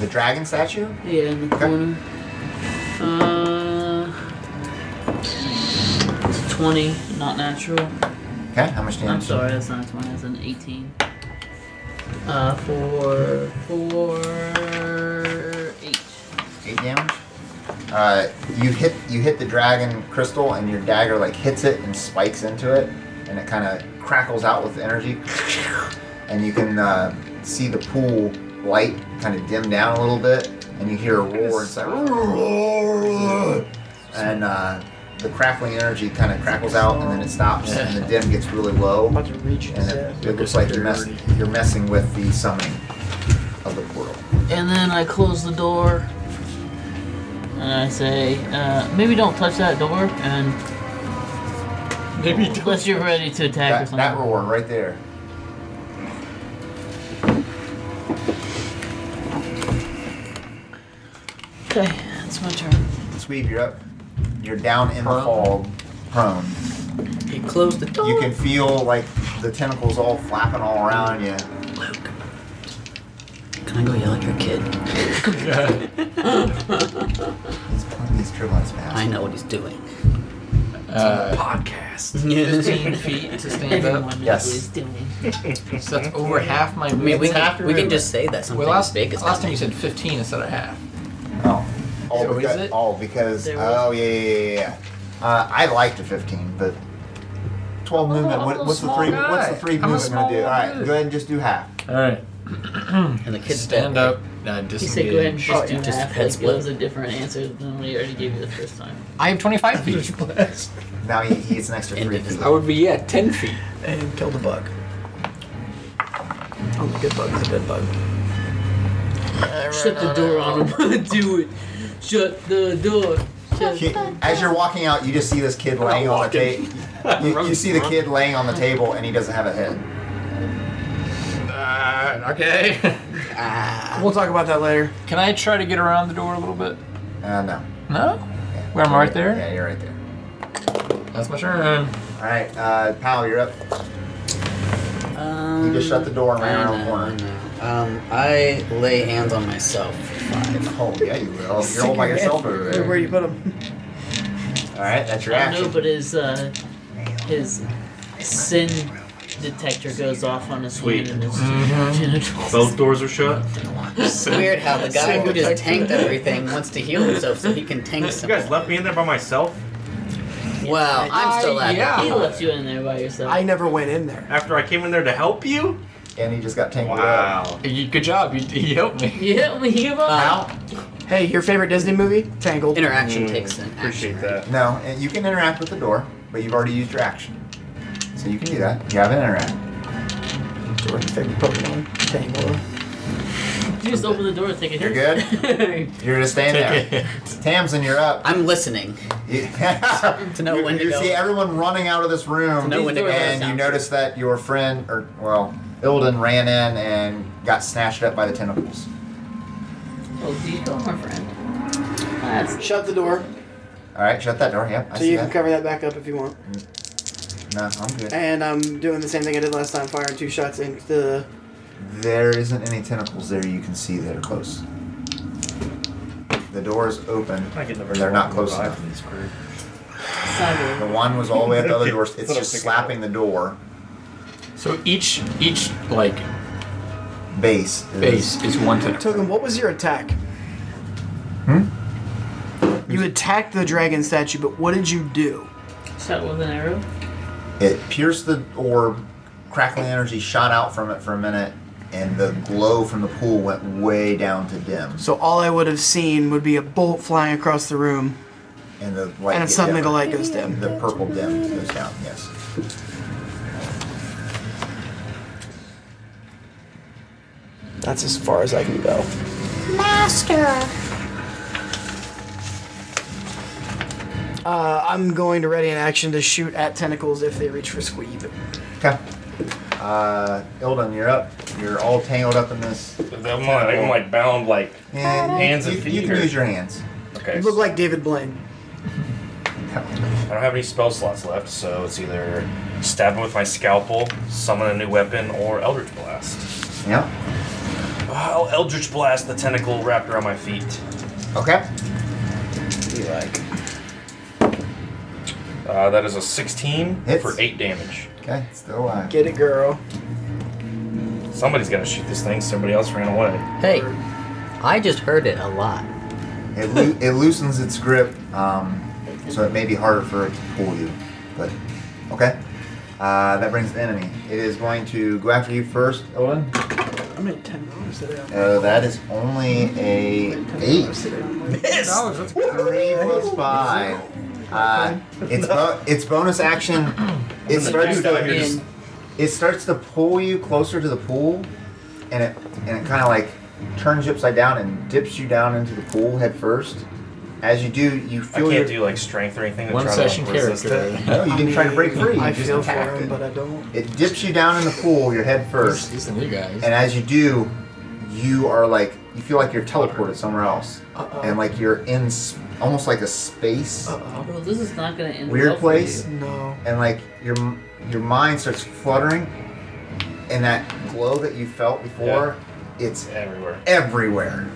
C: The dragon statue.
F: Yeah, in the
C: Okay.
F: corner. Uh, it's 20, not natural.
C: Okay. How much
F: I'm
C: damage?
F: sorry, that's not a 20, that's an 18. Uh, for, for 8.
C: Eight damage. Uh, you hit you hit the dragon crystal, and your dagger like hits it and spikes into it, and it kind of crackles out with energy. And you can uh, see the pool light kind of dim down a little bit, and you hear a roar inside. And uh, the crackling energy kind of crackles out, and then it stops, and the dim gets really low,
E: I'm about to reach his
C: and it,
E: ass.
C: it looks like you're, mess- you're messing with the summoning of the portal.
F: And then I close the door. And I say, uh, maybe don't touch that door. And
B: Maybe
F: unless you're ready to attack or
C: That,
F: something.
C: that roar right there.
F: okay, that's my turn.
C: Sweep, you're up. You're down in the fog, prone.
H: He closed the door.
C: You can feel like the tentacles all flapping all around you.
H: Luke. gonna go yell at your kid.
C: He's pulling these dribblings fast.
H: I know what he's doing.
B: Uh,
E: Podcast.
B: 15 feet to stand
F: Everyone
B: up.
F: knows
C: Yes.
F: what he's doing.
B: So that's over half my
H: I mean, we
B: half
H: can, we can just say that something
B: Well, last,
H: big is
B: last time
H: coming.
B: you said 15 instead of half.
C: Oh. Oh,
B: So is
C: because,
B: it?
C: oh, because
F: There was-
C: oh yeah yeah yeah. yeah. Uh, I like the fifteen, but twelve
B: Oh,
C: movement.
B: I'm
C: What,
B: a
C: what's the
B: small
C: three?
B: guy.
C: What's the three
B: I'm a
C: movement gonna do?
B: small
C: All right,
B: dude.
C: go ahead and just do half.
B: All right.
H: and the kids
B: Stand
H: don't-
B: up. Uh,
F: He said go ahead and
B: disengage.
F: just do
H: yeah. Just
F: math.
H: head
F: Like,
H: split.
F: that was a different answer than we already gave you the first time.
B: I am 25 feet.
C: Now he, he gets an extra three
H: Ended.
C: feet.
B: I would be, yeah, 10 feet.
E: And kill the bug. Oh, the good bug, the good bug.
F: Shut the door on him. do it. Shut the door. Shut.
C: He- as you're walking out, you just see this kid laying on the table. You, you see the kid laying on the table, and he doesn't have a head.
B: Uh, okay.
E: We'll talk about that later.
B: Can I try to get around the door a little bit?
C: Uh, no.
B: No? Where am I right there?
C: Yeah, you're right there.
B: That's my turn.
C: All right, uh, Powell, you're up.
H: Um,
C: You just shut the door and ran
H: I
C: around the
H: know,
C: corner.
H: I know. Um, I lay hands on myself. Five.
C: Oh yeah, you will. You're all by yourself over
E: Where
C: there.
E: you put him?
C: All right, that's your
F: I don't
C: action.
F: know, but his uh, his sin detector goes off on his
G: Sweet.
F: hand and his
B: Mhm.
F: genitals.
G: Both doors are shut.
H: It's weird how the guy who just tanked everything wants to heal himself so he can tank
G: You
H: some.
G: guys left me in there by myself
H: Well, I'm still
B: Uh,
H: at
B: yeah.
H: it.
F: He left you in there by yourself.
E: I never went in there.
G: after I came in there to help you.
C: And he just got tangled up.
G: Wow.
B: You, good job. You, you helped me.
F: You helped me give up.
H: Uh,
E: Hey, your favorite Disney movie? Tangled.
H: interaction
G: Mm,
H: takes an action.
G: Appreciate
H: right?
G: that.
C: No, and you can interact with the door, but you've already used your action. So you can do that. You have an interact.
E: Jordan's favorite Pokemon. Tangled.
F: You just open the door and take a
C: You're
F: hit.
C: good? You're just staying there. Tamsin, you're up.
H: I'm listening.
C: You,
H: To know
C: you,
H: when to
C: you
H: go.
C: see everyone running out of this room,
H: know when to go.
C: and you notice that your friend, or well, Ilden ran in and got snatched up by the tentacles.
F: oh, do you go, my friend? That's
E: Shut the door
C: All right, shut that door. Yep, I
E: so
C: see
E: you can
C: that.
E: cover that back up if you want.
C: No, I'm good.
E: And I'm doing the same thing I did last time, firing two shots into the.
C: There isn't any tentacles there you can see that are close. The door is open.
G: I get the
C: They're
G: virtual
C: not close
G: vibe
C: enough.
G: from this group.
C: The
F: cyber.
C: one was all the way up the other door. It's
G: Instead of
C: just
G: picking
C: slapping the door
B: So each each like
C: base. is-
B: base is one tentacle.
E: Token, what was your attack?
C: Hmm?
E: You attacked the dragon statue, but what did you do?
F: Shot with an arrow.
C: It pierced the orb, crackling energy shot out from it for a minute, and the glow from the pool went way down to dim.
E: So all I would have seen would be a bolt flying across the room,
C: And the light.
E: and then
C: get
E: suddenly the
C: dimmer.
E: light goes dim.
C: The purple dim goes down. Yes.
E: That's as far as I can go. Master. Uh, I'm going to ready an action to shoot at tentacles if they reach for Squeeb.
C: Okay. Uh, Ilden, you're up. You're all tangled up in this.
G: I'm like, I'm like bound like.
C: And
G: Hands
C: you,
G: and
C: You
G: feet
C: can
G: or-
C: use your hands.
G: Okay.
E: You look like David Blaine.
G: I don't have any spell slots left, so it's either stab him with my scalpel, summon a new weapon, or Eldritch Blast.
C: Yeah.
G: I'll Ah, oh, Eldritch Blast the tentacle wrapped around my feet.
C: Okay.
H: You like?
G: Uh, that is a 16
C: Hits.
G: for 8 damage.
C: Okay. Still alive.
E: Get it, girl.
G: Somebody's gonna shoot this thing, somebody else ran away.
H: Hey, I just heard it a lot.
C: It, loo- it loosens its grip, um, so it may be harder for it to pull you. But okay, uh, that brings the enemy. It is going to go after you first, Olin.
E: I'm at ten dollars today.
C: Uh, that is only a eight.
B: Oh,
C: Three plus five. Uh, it's bo- it's bonus action. It starts
G: Next time you're
C: to
G: just-
C: it starts to pull you closer to the pool, and it and it kind of like turns you upside down and dips you down into the pool head first. As you do, you
G: I
C: feel your,
G: can't do like strength or anything to
B: One
G: try
B: session
G: to like, resist
B: character.
G: it.
C: No, you didn't try to break free. You
E: I
C: just
E: feel for
C: attacked
E: him,
C: it.
E: but I don't.
C: It dips you down in the pool, your head first,
B: These are new guys.
C: and as you do, you are like you feel like you're teleported somewhere else,
E: Uh-oh.
C: and like you're in s- almost like a space,
E: Uh
F: Well, this is not gonna end well
C: weird
F: for
C: place,
E: oh. No.
C: and like your m- your mind starts fluttering, and that glow that you felt before it's
G: everywhere.
C: everywhere.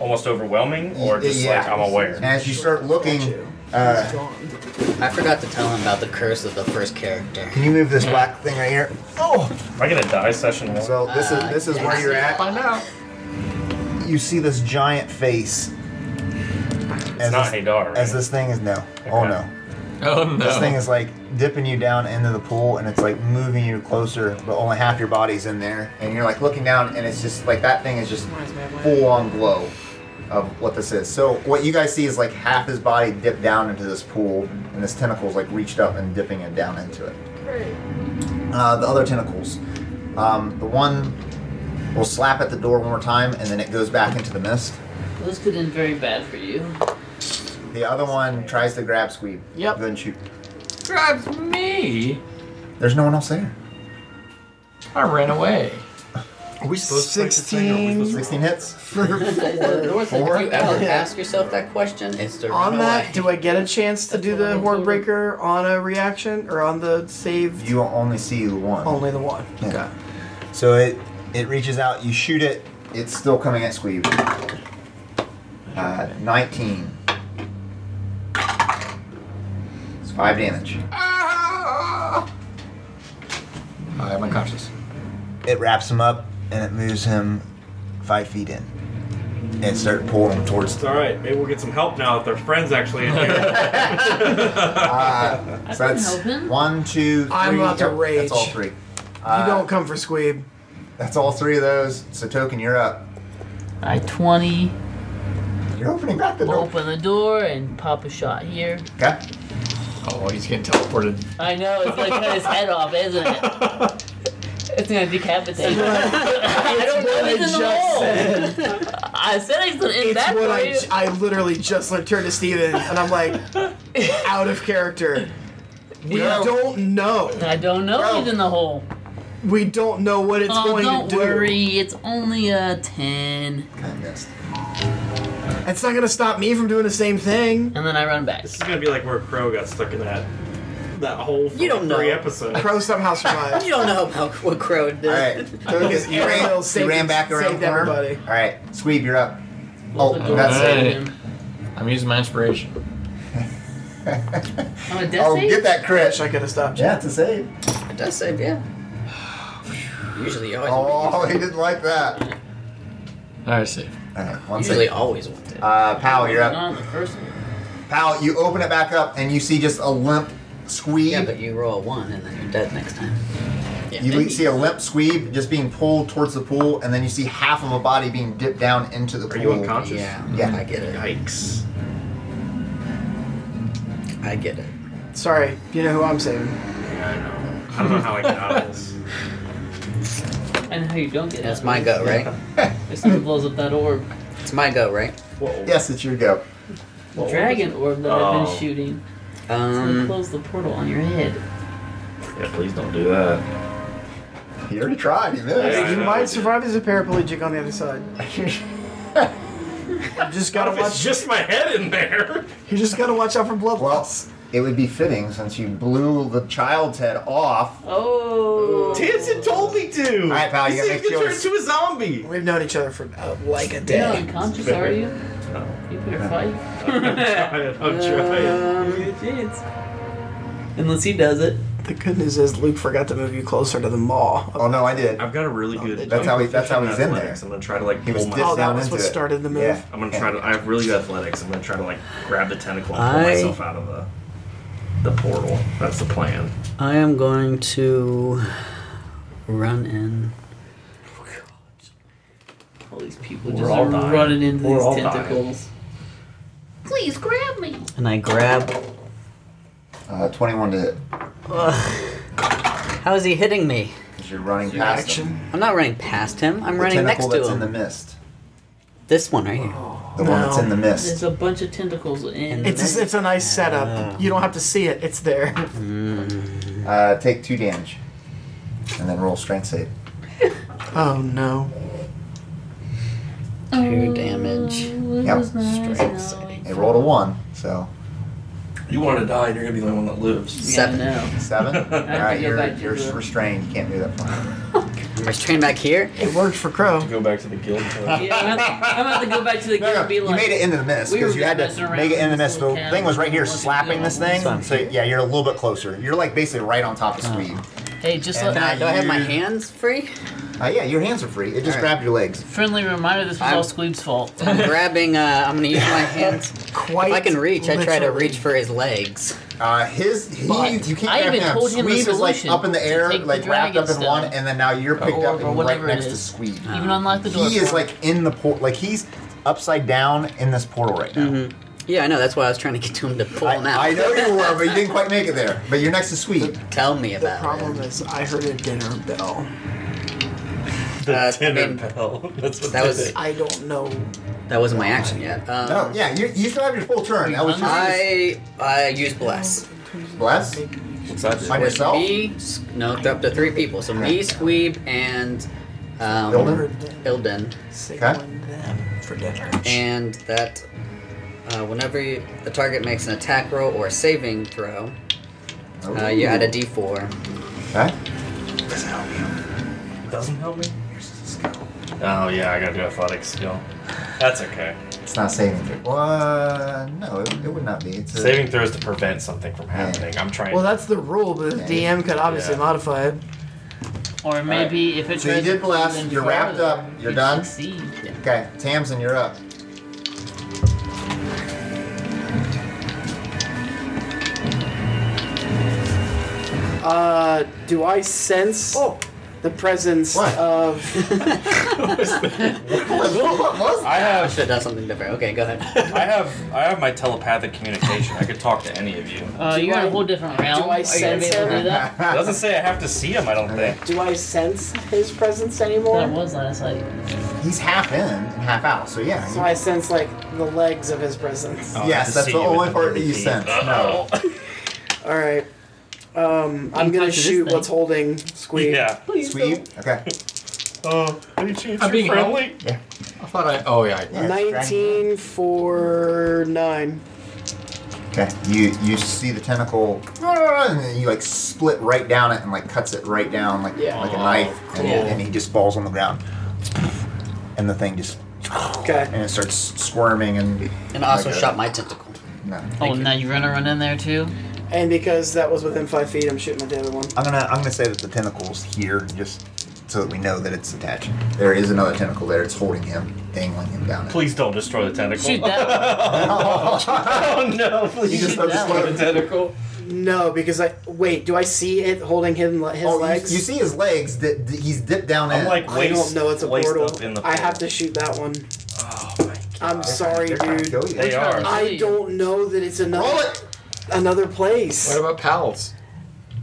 G: Almost overwhelming, or just like I'm
C: And
G: aware.
C: as you start looking, uh,
E: Gone.
H: I forgot to tell him about the curse of the first character.
C: can you move this black thing right here?
G: Am I gonna die session one?
C: So this is
H: Uh,
C: this is where
H: yes.
C: you're at. Find out. You see this giant face.
G: It's not
C: this,
G: Hadar. Right?
C: as this thing is no. Oh
G: Okay.
C: no.
B: Oh no.
C: This thing is like dipping you down into the pool and it's like moving you closer, but only half your body's in there. And you're like looking down and it's just like that thing is just full on glow of what this is. So what you guys see is like half his body dipped down into this pool and this tentacle's like reached up and dipping it down into it. Uh, the other tentacles. Um, the one will slap at the door one more time and then it goes back into the mist.
F: This could end very bad for you.
C: The other one tries to grab Squeeb.
E: Yep.
C: Go and shoot.
B: grabs me.
C: There's no one else there.
B: I ran away.
I: Are we supposed to
C: Sixteen hits.
H: Four? If you ever ask yourself that question, it's to run
E: On that,
H: away.
E: do I get a chance to do the Hornbreaker on a reaction or on the save?
C: You only see one.
E: Only the one.
C: Yeah. So it it reaches out. You shoot it. It's still coming at Squeeb. Uh, Nineteen. It's five damage.
B: I am unconscious.
C: It wraps him up and it moves him five feet in. And start pulling him towards.
G: It's all right. Maybe we'll get some help now that their friends actually in here.
E: Ah.
C: Uh, so that's
F: help him.
C: one, two, three.
E: I'm about to
C: Yep,
E: rage.
C: That's all three.
E: you don't come for Squeeb.
C: That's all three of those. So token, you're up.
F: I 20,
C: You're opening back the door.
F: open the door, and pop a shot here.
C: Okay.
B: Oh, he's getting teleported.
F: I know, it's gonna cut his head off, isn't it? It's gonna decapitate. him. I don't know
E: what I
F: he's in the
E: just
F: hole. I said he's gonna end
E: It's
F: that
E: what
F: for
E: I,
F: you.
E: I literally just like turned to Steven and I'm like, out of character. We
C: Go.
E: don't know.
F: I don't know he's in the hole.
E: We don't know what it's
F: oh,
E: going
F: don't
E: to do.
F: worry, it's only a 10.
C: I missed.
E: It's not gonna stop me from doing the same thing.
F: And then I run back.
G: this is gonna be like where Crow got stuck in that that whole
H: You don't know.
G: three episodes.
E: Pro somehow survived.
H: You don't know how, what Crow did.
C: All right. Token, you ran,
E: Everybody
C: you ran
E: saved-
C: back around
E: saved
C: the corner.
E: everybody.
C: All right, Squeeb, you're up. Oh,
F: Open the
C: that's
F: door,
B: it.
F: and-
B: I'm using my inspiration.
F: I'm a death
C: Oh,
F: save?
C: get that crit.
E: Wish I could have stopped you.
C: Yeah, it's a save.
H: It does save, yeah. Usually you always,
C: Oh, he didn't like that.
B: All right, see.
C: All right, one
H: usually
C: save.
H: always want it.
C: Uh, Powell, you're up.
F: Not the first one.
C: Powell, you open it back up and you see just a limp Squeeb.
H: Yeah, but you roll a one and then you're dead next time. Yeah,
C: you
H: maybe.
C: see a limp Squeeb just being pulled towards the pool, and then you see half of a body being dipped down into the pool.
G: Are you unconscious?
H: Yeah,
C: Yeah.
H: yeah, I get it.
G: Yikes.
H: I get it.
E: Sorry, you know who I'm saving.
G: Yeah, I know. I don't know how I got out of this.
F: I know you don't get
H: That's
F: it.
H: my go, right?
F: If someone blows up that orb.
H: It's my go, right?
G: Whoa.
C: Yes, it's your go.
F: The dragon orb that I've
G: Oh.
F: been shooting. It's
C: Mm.
F: gonna
H: Um,
F: close the portal on your head.
G: Yeah, please don't do that.
C: He already tried. He
G: Yeah, I
E: you
G: know.
E: might survive as a paraplegic on the other side.
C: missed.
E: You just
G: What
E: gotta
G: if it's
E: watch.
G: just my head in there?
E: You just gotta watch out for blood
C: well,
E: loss.
C: it would be fitting since you blew the child's head off
F: Oh.
G: Tamsin told me to. All
C: right, pal, you gotta
G: he said
C: make
G: could turn
C: yours.
G: into a zombie.
E: We've known each other for uh, like a
F: You're not
E: day.
F: unconscious, are you? You better fight.
G: I'm trying. I'm trying.
F: Good chance. Unless he does it.
E: The good news is Luke forgot to move you closer to the maw.
C: Oh no, I did.
G: I've got a really good.
E: That's
C: how he- that's how he's in there.
G: athletics. I'm gonna try to like
C: He was
G: pull my.
C: dis-
E: Oh, that
C: down
E: was what
C: into it.
E: started the move.
C: Yeah.
G: I'm gonna try to. I have really good athletics. I'm gonna try to like grab the tentacle and pull
H: I-
G: myself out of the the portal. That's the plan.
H: I am going to run in.
F: All these people
G: We're
F: just
G: all
F: are
G: dying.
F: running into
G: We're all
F: these tentacles. Please grab me.
H: and I grab.
C: Uh, 21 to hit.
H: Ugh. How is he hitting me?
C: Because you're running past him.
H: I'm not running past him. I'm
C: The
H: running next
C: tentacle
H: to
C: that's
H: him.
C: in the Oh. mist.
H: This one right here.
C: The one that's in the
F: There's
C: mist.
F: a bunch of tentacles in.
E: It's a, it's a nice setup. You don't have to see it. It's there.
H: Mm,
C: Uh, take two damage. And then roll strength save.
E: Oh no.
H: Two damage.
C: Yep.
H: Strength save.
C: It rolled a one, so
G: You want to die, and you're gonna be the only one that lives.
F: Yeah,
H: Seven.
F: I know.
C: seven. All right,
F: go
C: you're,
F: back to
C: you're
F: the-
C: restrained. You can't do that for
H: I was trained back here.
E: It worked for Crow.
D: Go back to the guild.
F: Yeah, I'm about, I'm about to go back to the game
C: No, no,
F: and be
C: you
F: like,
C: made it into the mist
F: we
C: because
F: were
C: you had
F: gonna mess
C: to
F: around
C: make it into the
F: in this
C: mist. The
F: little town
C: thing was right here
F: and look at
C: slapping
F: it
C: this
F: all.
C: thing. So yeah, you're a little bit closer. You're like basically right on top of Squeeb.
F: hey, just
C: And
F: let
H: Can I, do I have my
C: You-
H: hands free?
C: Uh, yeah, your hands are free. It just
H: Alright.
C: grabbed your legs.
F: friendly reminder. This was
H: I'm-
F: all Squeeb's fault.
H: I'm grabbing. Uh, I'm gonna use my hands.
E: Quite.
H: If I can reach, I try to
E: literally.
H: reach for his legs.
C: Uh, his he,
F: But
C: you can't
F: I
C: grab
F: even
C: him.
F: told him the
C: Squeeb is like
F: solution
C: up in the
F: to
C: air,
F: take the
C: like wrapped up in
F: dragon
C: one,
F: stuff.
C: and then now you're picked
F: Or-
C: up
F: or
C: and right
F: whatever it
C: next to
F: is.
C: Squeeb.
F: Even unlock the door.
C: He is
F: for him.
C: like in the port, like he's upside down in this portal right now.
F: Mm-hmm.
H: Yeah, I know. That's why I was trying to get to him to pull him out.
C: I, I know you were, but you didn't quite make it there. But you're next to Squeeb.
H: Tell me
E: The
H: about
E: problem
H: it.
E: is, I heard a dinner bell.
D: The
H: Uh, I
D: dinner
H: mean,
D: bell. That's what
H: that
D: did
H: was-
D: it.
E: I don't know.
H: That wasn't my action yet. Um,
C: No, yeah, you, you still have your full turn. That was just
H: I I use bless.
C: bless
D: What's that?
C: on
D: do?
C: yourself.
H: Me, s- no, up to three people. So me, Squeeb, and um,
C: Ilden?
H: Ilden.
E: Say
C: Okay.
E: one then for dinner.
H: and that uh, whenever you, the target makes an attack roll or a saving throw, uh, you add a d4.
C: Okay.
D: Doesn't help me. Oh yeah, I gotta do athletics skill. That's okay.
C: It's not saving throw. Well, uh, no, it, it would not be. It's a,
D: Saving throws to prevent something from happening. I'm trying.
E: Well, that's the rule, but the DM could obviously
D: Yeah.
E: modify it.
F: or maybe if it.
C: So you
F: tries
C: did
F: to pull
C: blast,
F: in
C: you're wrapped
F: further,
C: up, you're
F: you
C: done?
F: Succeed.
C: Okay, Tamsin, you're up.
E: Uh, do I sense the presence
C: What?
E: of?
C: what was
D: I
H: I
D: have,
H: should have done something different. Okay, go ahead.
D: I have, I have my telepathic communication. I could talk to any of you.
F: Uh,
E: Do
F: you're in
E: I-
F: a whole different realm.
E: do I
F: Are you gonna
E: sense
F: be able to
E: him?
F: do that?
D: It doesn't say I have to see him. I don't think.
E: Do I sense his presence anymore?
F: That was last Oh, like
C: He's half in and half out, so yeah.
E: So I sense like the legs of his presence.
D: Oh, I have
C: yes,
D: to
C: that's
D: see
C: the
D: you
C: only
D: with
C: part that you
D: everything.
C: sense. No.
E: All right. Um, I'm
F: He
E: gonna
F: touches this
E: shoot
F: thing.
E: what's holding Squeak.
D: Yeah.
C: Squeeb? Okay.
D: Oh, any chance
B: I'm being
D: you're friendly?
B: I thought I. Oh yeah. I-
C: Yeah, dragon.
E: 19 for 9.
C: Okay. You you see the tentacle and then you like split right down it and like cuts it right down like
E: Yeah.
C: like a knife and, and he just falls on the ground. And the thing just
E: Okay.
C: and it starts squirming and
H: And I also
C: like a-
H: shot my tentacle.
C: No.
F: Oh, now you're gonna run in there too.
E: And because that was within 5 feet, I'm shooting at the other one.
C: I'm gonna I'm gonna say that the tentacle's here just so that we know that it's attached. There is another tentacle there, it's holding him, dangling him down.
D: Please don't destroy the tentacle.
F: Shoot that.
D: oh no! Please
C: You just-
D: don't destroy the tentacle.
E: No, because I. Wait, do I see it holding him, his
C: Oh, you-
E: legs?
C: You, see his legs. di- di- he's dipped down
D: I'm
C: in.
D: like
E: I
D: waist,
E: don't know, it's a
D: waist
E: portal.
D: up in the
E: I
D: portal.
E: have to shoot that one.
D: Oh my god.
E: I'm sorry,
C: They're trying to
E: dude.
C: kill you.
D: They are.
E: I don't know that it's
C: Roll
E: another
C: it.
E: another place.
J: What about pals?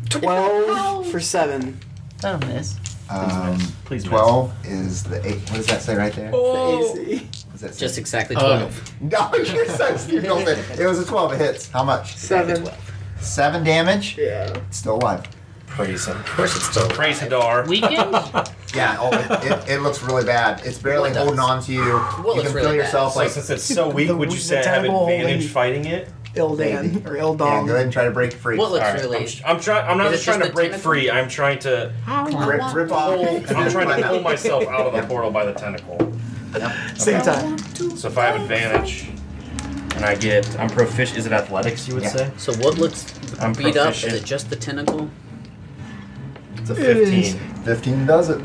E: 12 for 7.
F: That'll miss.
C: Um,
D: Please miss.
C: Twelve is the eight. What does that say right
E: Oh.
C: there?
E: The AC.
C: What does that say?
H: Just exactly
F: Oh,
H: 12.
C: no, you're so stupid. It was a twelve. It hits. How much?
E: 7.
C: Seven damage.
E: Yeah.
C: Still alive.
D: Praise him.
J: Of course it's still.
D: Praise Hadar.
F: Weekend.
C: Yeah. Oh, it, it, it looks really bad. It's barely
H: What does?
C: holding on to you. you
H: looks
C: can feel
H: really bad?
C: yourself
D: So
C: like.
D: since it's so weak, would you say I have
E: Tentacle
D: advantage
E: lady.
D: fighting it?
E: Ildan. Or
C: Yeah, go ahead
E: Ildong.
C: and try to break free.
H: What looks
D: Alright,
H: really.
D: I'm, tr- I'm trying. I'm not
H: Is it
D: just trying
H: just
D: to
H: the
D: break
H: tentacle?
D: free. I'm trying to.
C: Rip, rip off. and then
D: I'm trying
C: find
D: to pull
C: out.
D: myself out of the portal by the tentacle.
E: Same time.
D: So if I have advantage, and I get, I'm proficient. Is it athletics? You would
C: Yeah.
D: say?
H: So what looks
D: I'm
H: beat up? Is
D: proficient.
H: it just the tentacle?
D: It's a
E: is.
D: 15.
C: Fifteen does it.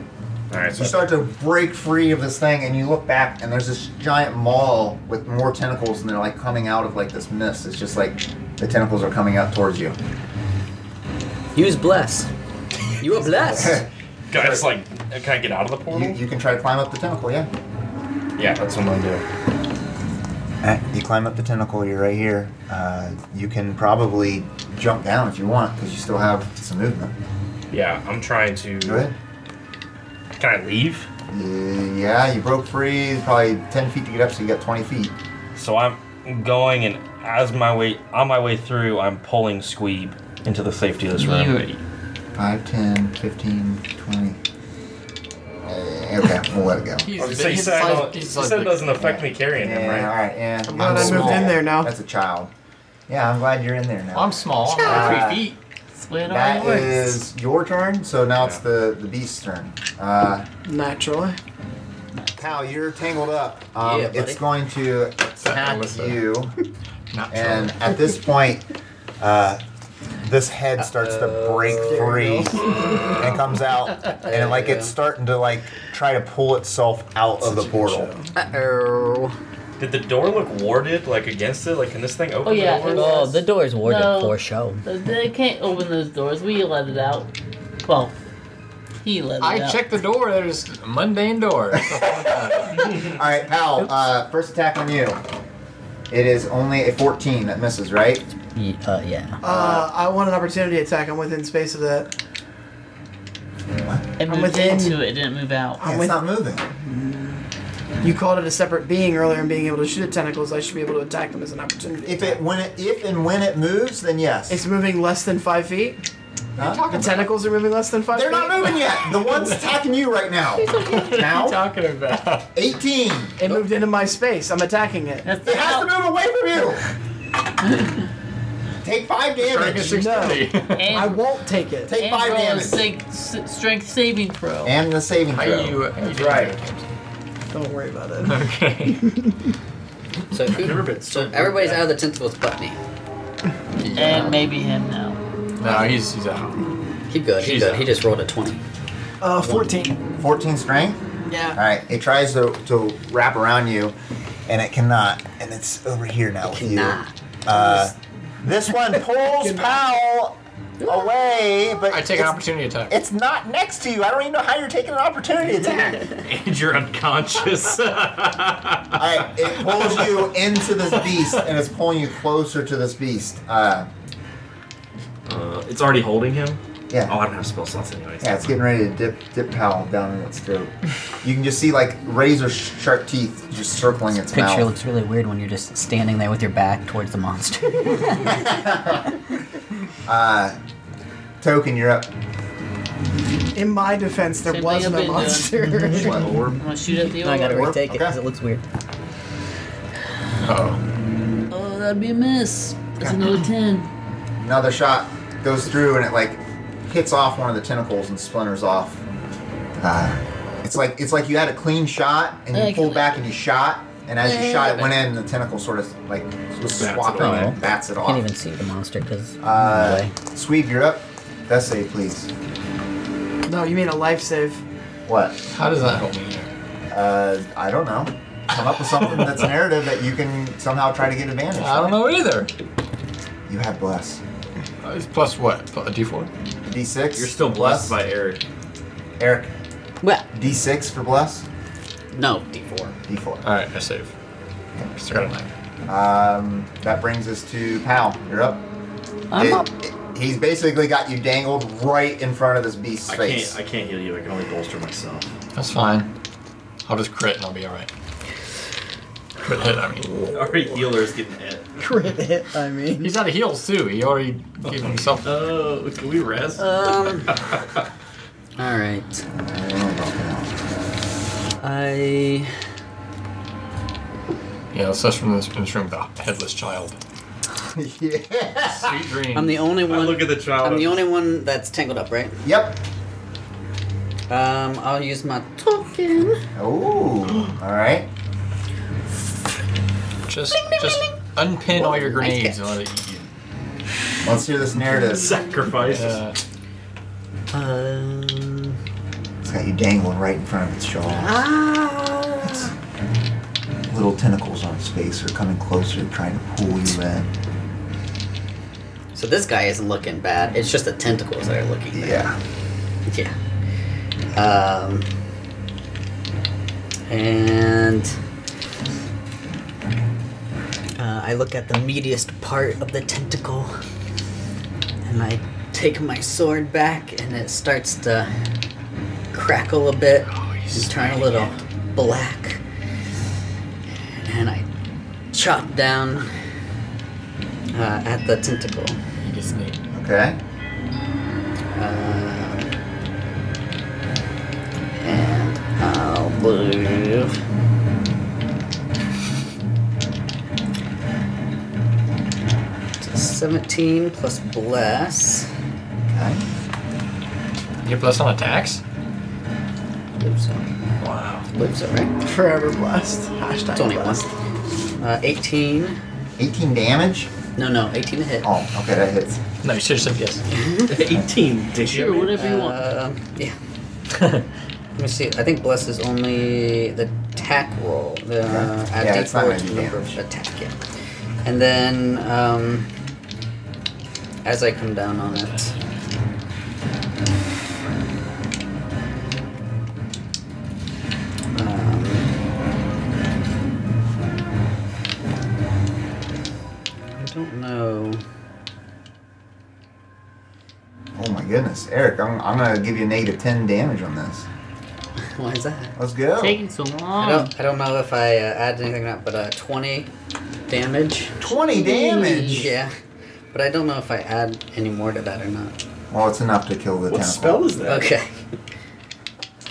D: All right.
C: You
D: So
C: start to break free of this thing, and you look back, and there's this giant maul with more tentacles, and they're like coming out of like this mist. It's just like the tentacles are coming out towards you.
H: Use bless. You are blessed.
D: guys, like, can I get out of the portal?
C: you, you can try to climb up the tentacle, yeah.
D: yeah, that's what I'm gonna
C: Uh, You climb up the tentacle. You're right here. Uh, you can probably jump down if you want, because you still have some movement.
D: do. Yeah, I'm trying to.
C: Go ahead.
D: Can I leave?
C: Y- Yeah, you broke free. Probably ten feet to get up, so you got twenty feet.
D: So I'm going, and as my way on my way through, I'm pulling Squeeb into the safety of this room.
F: You,
C: 5, 10, 15, 20. Uh, okay, we'll let it go.
D: I was gonna say, you said, I don't- you said it doesn't affect me carrying him,
C: Yeah, all
D: right?
C: right, yeah.
E: glad I moved
C: small.
E: in there now.
C: That's a child. Yeah, I'm glad you're in there now.
B: I'm small. I'm like three feet.
F: That's the way it
C: That
F: always works.
C: is your turn, so now it's the, the beast's turn. Uh,
E: Naturally.
C: Pal, you're tangled up. Um,
H: Yeah, buddy.
C: it's going to attack
I: Alyssa.
C: you,
B: Not
C: and at this point, uh, this head starts to break free and comes out, and like it's starting to like try to pull itself out of the portal.
H: oh.
G: Did the door look warded, like against it? Like, can this thing open?
F: Oh yeah, Oh,
G: The
F: it
G: door?
H: Oh,
F: was.
H: the door's warded
F: No.
H: for show.
F: They- They can't open those doors. We let it out. Well, he let it out.
B: I checked the door. There's a mundane door.
C: All right, Pal. Uh, first attack on you. It is only a 14 that misses, right?
H: Ye- uh, yeah.
E: Uh, I want an opportunity attack. I'm within space of that.
F: It
E: I'm
F: moved
E: within-
F: into it. It didn't move out.
C: Yeah, it's not moving.
E: You called it a separate being earlier and being able to shoot at tentacles. I should be able to attack them as an opportunity.
C: If it when it if and when it moves, then yes.
E: it's moving less than five feet.
C: Huh?
E: The tentacles are moving less than five
C: They're
E: feet.
C: not moving yet. The one's attacking you right now. Now,
F: talking about?
C: 18.
E: It moved into my space. I'm attacking it.
F: That's
C: It has
F: out.
C: to move away from you. Take five damage.
E: No,
F: And,
E: I won't take it.
C: Take
F: and
C: five
F: roll a
C: damage.
F: sig- s- strength saving throw.
C: And the saving
B: How
C: throw.
B: you? uh,
C: That's right.
E: Don't worry about it.
B: Okay.
H: So, who,
I: never been so
H: so everybody's out of the tentacles but me.
F: And maybe him now.
B: No, he's he's out.
H: He good. He
B: She's
H: good.
B: out.
H: He just rolled a twenty.
E: Uh, 14.
C: 14 strength. All
F: Yeah.
C: right. It tries to, to wrap around you, and it cannot. And it's over here now with you.
H: Cannot.
C: Uh, this one pulls Powell away, but
B: I take an
C: it's,
B: opportunity attack.
C: it's not next to you. I don't even know how you're taking an opportunity attack.
I: and you're unconscious.
C: Alright, it pulls you into this beast and it's pulling you closer to this beast. Uh,
G: Uh, it's already holding him.
C: yeah.
G: Oh, I don't have spell slots anyways.
C: Yeah, it's getting ready to dip dip Powell down in its throat. You can just see like razor sh- sharp teeth just circling its
H: Picture
C: mouth.
H: looks really weird when you're just standing there with your back towards the monster.
C: Token, you're up.
E: In my defense, there
F: Same thing
E: was
F: I've
E: no
F: been doing.
E: monster.
F: I'm gonna shoot at the
H: I gotta
F: orb.
H: retake it because
C: Okay.
H: it looks weird.
F: Oh, that'd be a miss. That's another ten.
C: Another shot goes through and it like hits off one of the tentacles and splinters off. Uh, it's like it's like you had a clean shot and you
F: Okay.
C: pulled back and you shot, and as you shot, it went in and the tentacle sort of like
I: Bats
C: was
I: it
C: swapping
I: away.
C: and bats it
H: Can't
C: off.
H: even see the monster because
C: Uh, Sweep, you're up. Death save, please.
E: no, you mean a life save.
C: What?
B: How does that help me?
C: Uh, I don't know. Come up with something that's narrative that you can somehow try to get advantage.
B: I don't know either.
C: from. You have bless.
B: Uh, it's plus what? Plus a D4.
C: D6.
I: you're still blessed by Eric.
C: by Eric.
H: well,
C: D6 for bless.
H: no D4.
C: D4.
B: All right, I save. Still got a nine.
C: Um, that brings us to Pal. You're up.
F: I'm
C: It-
F: up.
C: it- he's basically got you dangled right in front of this beast's
I: I
C: face.
I: can't. I can't heal you. I can only bolster myself.
B: That's fine. I'll just crit and I'll be all right. Crit hit. I mean,
G: Our healer's getting hit.
H: Crit hit, I mean.
B: he's out of heals too. He already gave himself.
G: Uh,
I: Oh, can we rest?
H: Um. all right. I.
B: Yeah, let's us from this, from this room with a headless child.
C: yeah.
B: Sweet dreams.
H: I'm the only
G: I
H: one.
G: look at the child.
H: I'm the only one that's tangled up, right?
C: Yep.
H: Um, I'll use my token.
C: Ooh. All right.
B: Just, just unpin all your grenades and let it eat you.
C: Let's hear this narrative.
I: Sacrifices.
B: Uh,
H: Um.
C: It's got you dangling right in front of its jaw.
H: Ah.
C: Little tentacles on its face are coming closer, trying to pull you in.
H: So this guy isn't looking bad. It's just the tentacles that are looking. bad.
C: Yeah.
H: Yeah. Um, and uh, I look at the meatiest part of the tentacle, and I take my sword back, and it starts to crackle a bit, and turn a little black, and I chop down uh, at the tentacle.
B: eat a snake.
C: Okay.
H: and I'll move. to Seventeen plus bless.
C: Okay.
B: You're plus on attacks?
H: Lives on.
B: Wow.
H: Lives on, right?
E: Forever blessed. Hashtag
H: It's only one.
E: blessed.
H: Uh, 18.
C: 18 damage?
H: No, no, 18 to hit.
C: Oh, okay, that hits.
B: No, you should have said yes.
I: 18
F: Sure,
I: damage.
F: whatever you want.
H: Uh, yeah. Let me see. I think bless is only the attack roll. The uh, add
C: Yeah, it's not
H: d4
C: gonna
H: to
C: do
H: the number of
C: damage.
H: attack. Yeah. And then um, as I come down on it. um, I don't know.
C: Oh my goodness. Eric, I'm, I'm going to give you negative 10 damage on this.
H: Why is that?
C: Let's go.
F: Taking so
H: I
F: long.
H: don't, I don't know if I uh, add anything or not, but uh, 20 damage.
C: 20 damage!
H: Yeah. But I don't know if I add any more to that or not.
C: Well, it's enough to kill the
I: What
C: tentacle.
I: spell is that?
H: Okay.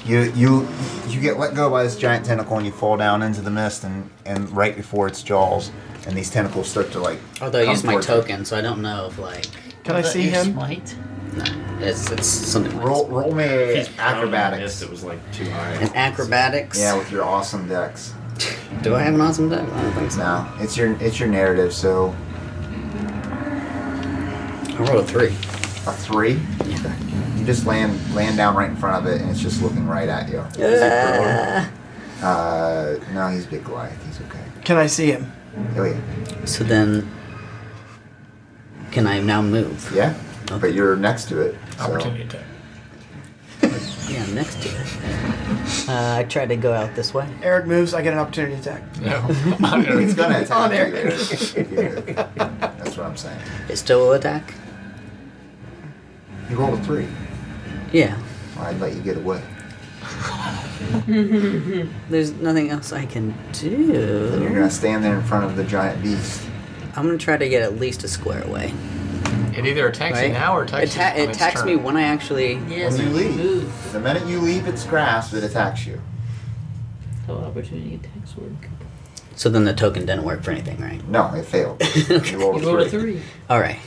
C: You you you get let go by this giant tentacle and you fall down into the mist and, and right before its jaws and these tentacles start to like
H: Although I
C: come
H: used my
C: towards you.
H: token, so I don't know if, like,
E: Can I
F: Is that
E: see
F: your
E: him?
F: Smite?
H: no, it's, it's something like
C: Roll roll me a
I: He's
C: acrobatics.
I: It was like too high.
H: And acrobatics.
C: Yeah, with your awesome decks.
H: Do I have an awesome deck? I don't think so.
C: No, it's your it's your narrative. So
H: I rolled a three.
C: a three,
H: Yeah.
C: you just land land down right in front of it, and it's just looking right at you. Uh, no, he's big Goliath. He's okay.
E: Can I see him?
C: Oh yeah,
H: So then, can I now move?
C: yeah. But you're next to it. So.
B: Opportunity attack.
H: Yeah, next to it. Uh, I try to go out this way.
E: Eric moves, I get an opportunity attack.
B: No.
C: It's gonna
E: On
C: attack
E: air.
C: you. Eric. Yeah. That's what I'm saying.
H: It still will attack?
C: You rolled a three.
H: Yeah.
C: Well, I'd let you get away.
H: There's nothing else I can
C: And you're
H: do.
C: gonna stand there in front of the giant beast.
H: I'm gonna try to get at least a square away.
B: it either attacks
H: Right?
B: you now or attacks
H: Atta-
B: you on
H: it
B: its
H: attacks
B: turn.
H: me when I actually.
F: Yes,
C: when you leave,
F: move.
C: the minute you leave its grasp, it attacks you.
F: Oh, opportunity attacks work.
H: So then the token didn't work for anything, right?
C: No, it failed. You rolled
F: You rolled a three.
H: All right.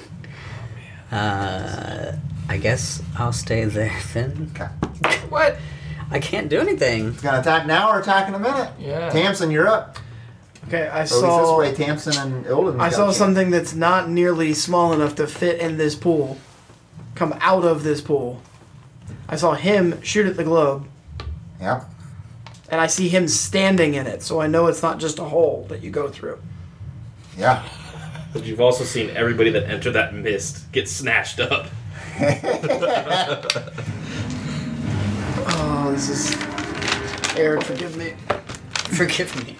H: Uh, I guess I'll stay there then.
C: Okay.
B: What?
H: I can't do anything.
C: It's gonna attack now or attack in a minute.
B: Yeah.
C: Tamsin, you're up.
E: Okay, I
C: So
E: saw
C: Oh, this way, Tamsin and Ilden.
E: I saw something that's not nearly small enough to fit in this pool. Come out of this pool. I saw him shoot at the globe,
C: Yep.
E: and I see him standing in it, so I know it's not just a hole that you go through.
C: Yeah.
G: But you've also seen everybody that entered that mist get snatched up.
E: Oh, this is Eric, forgive me.
H: Forgive me.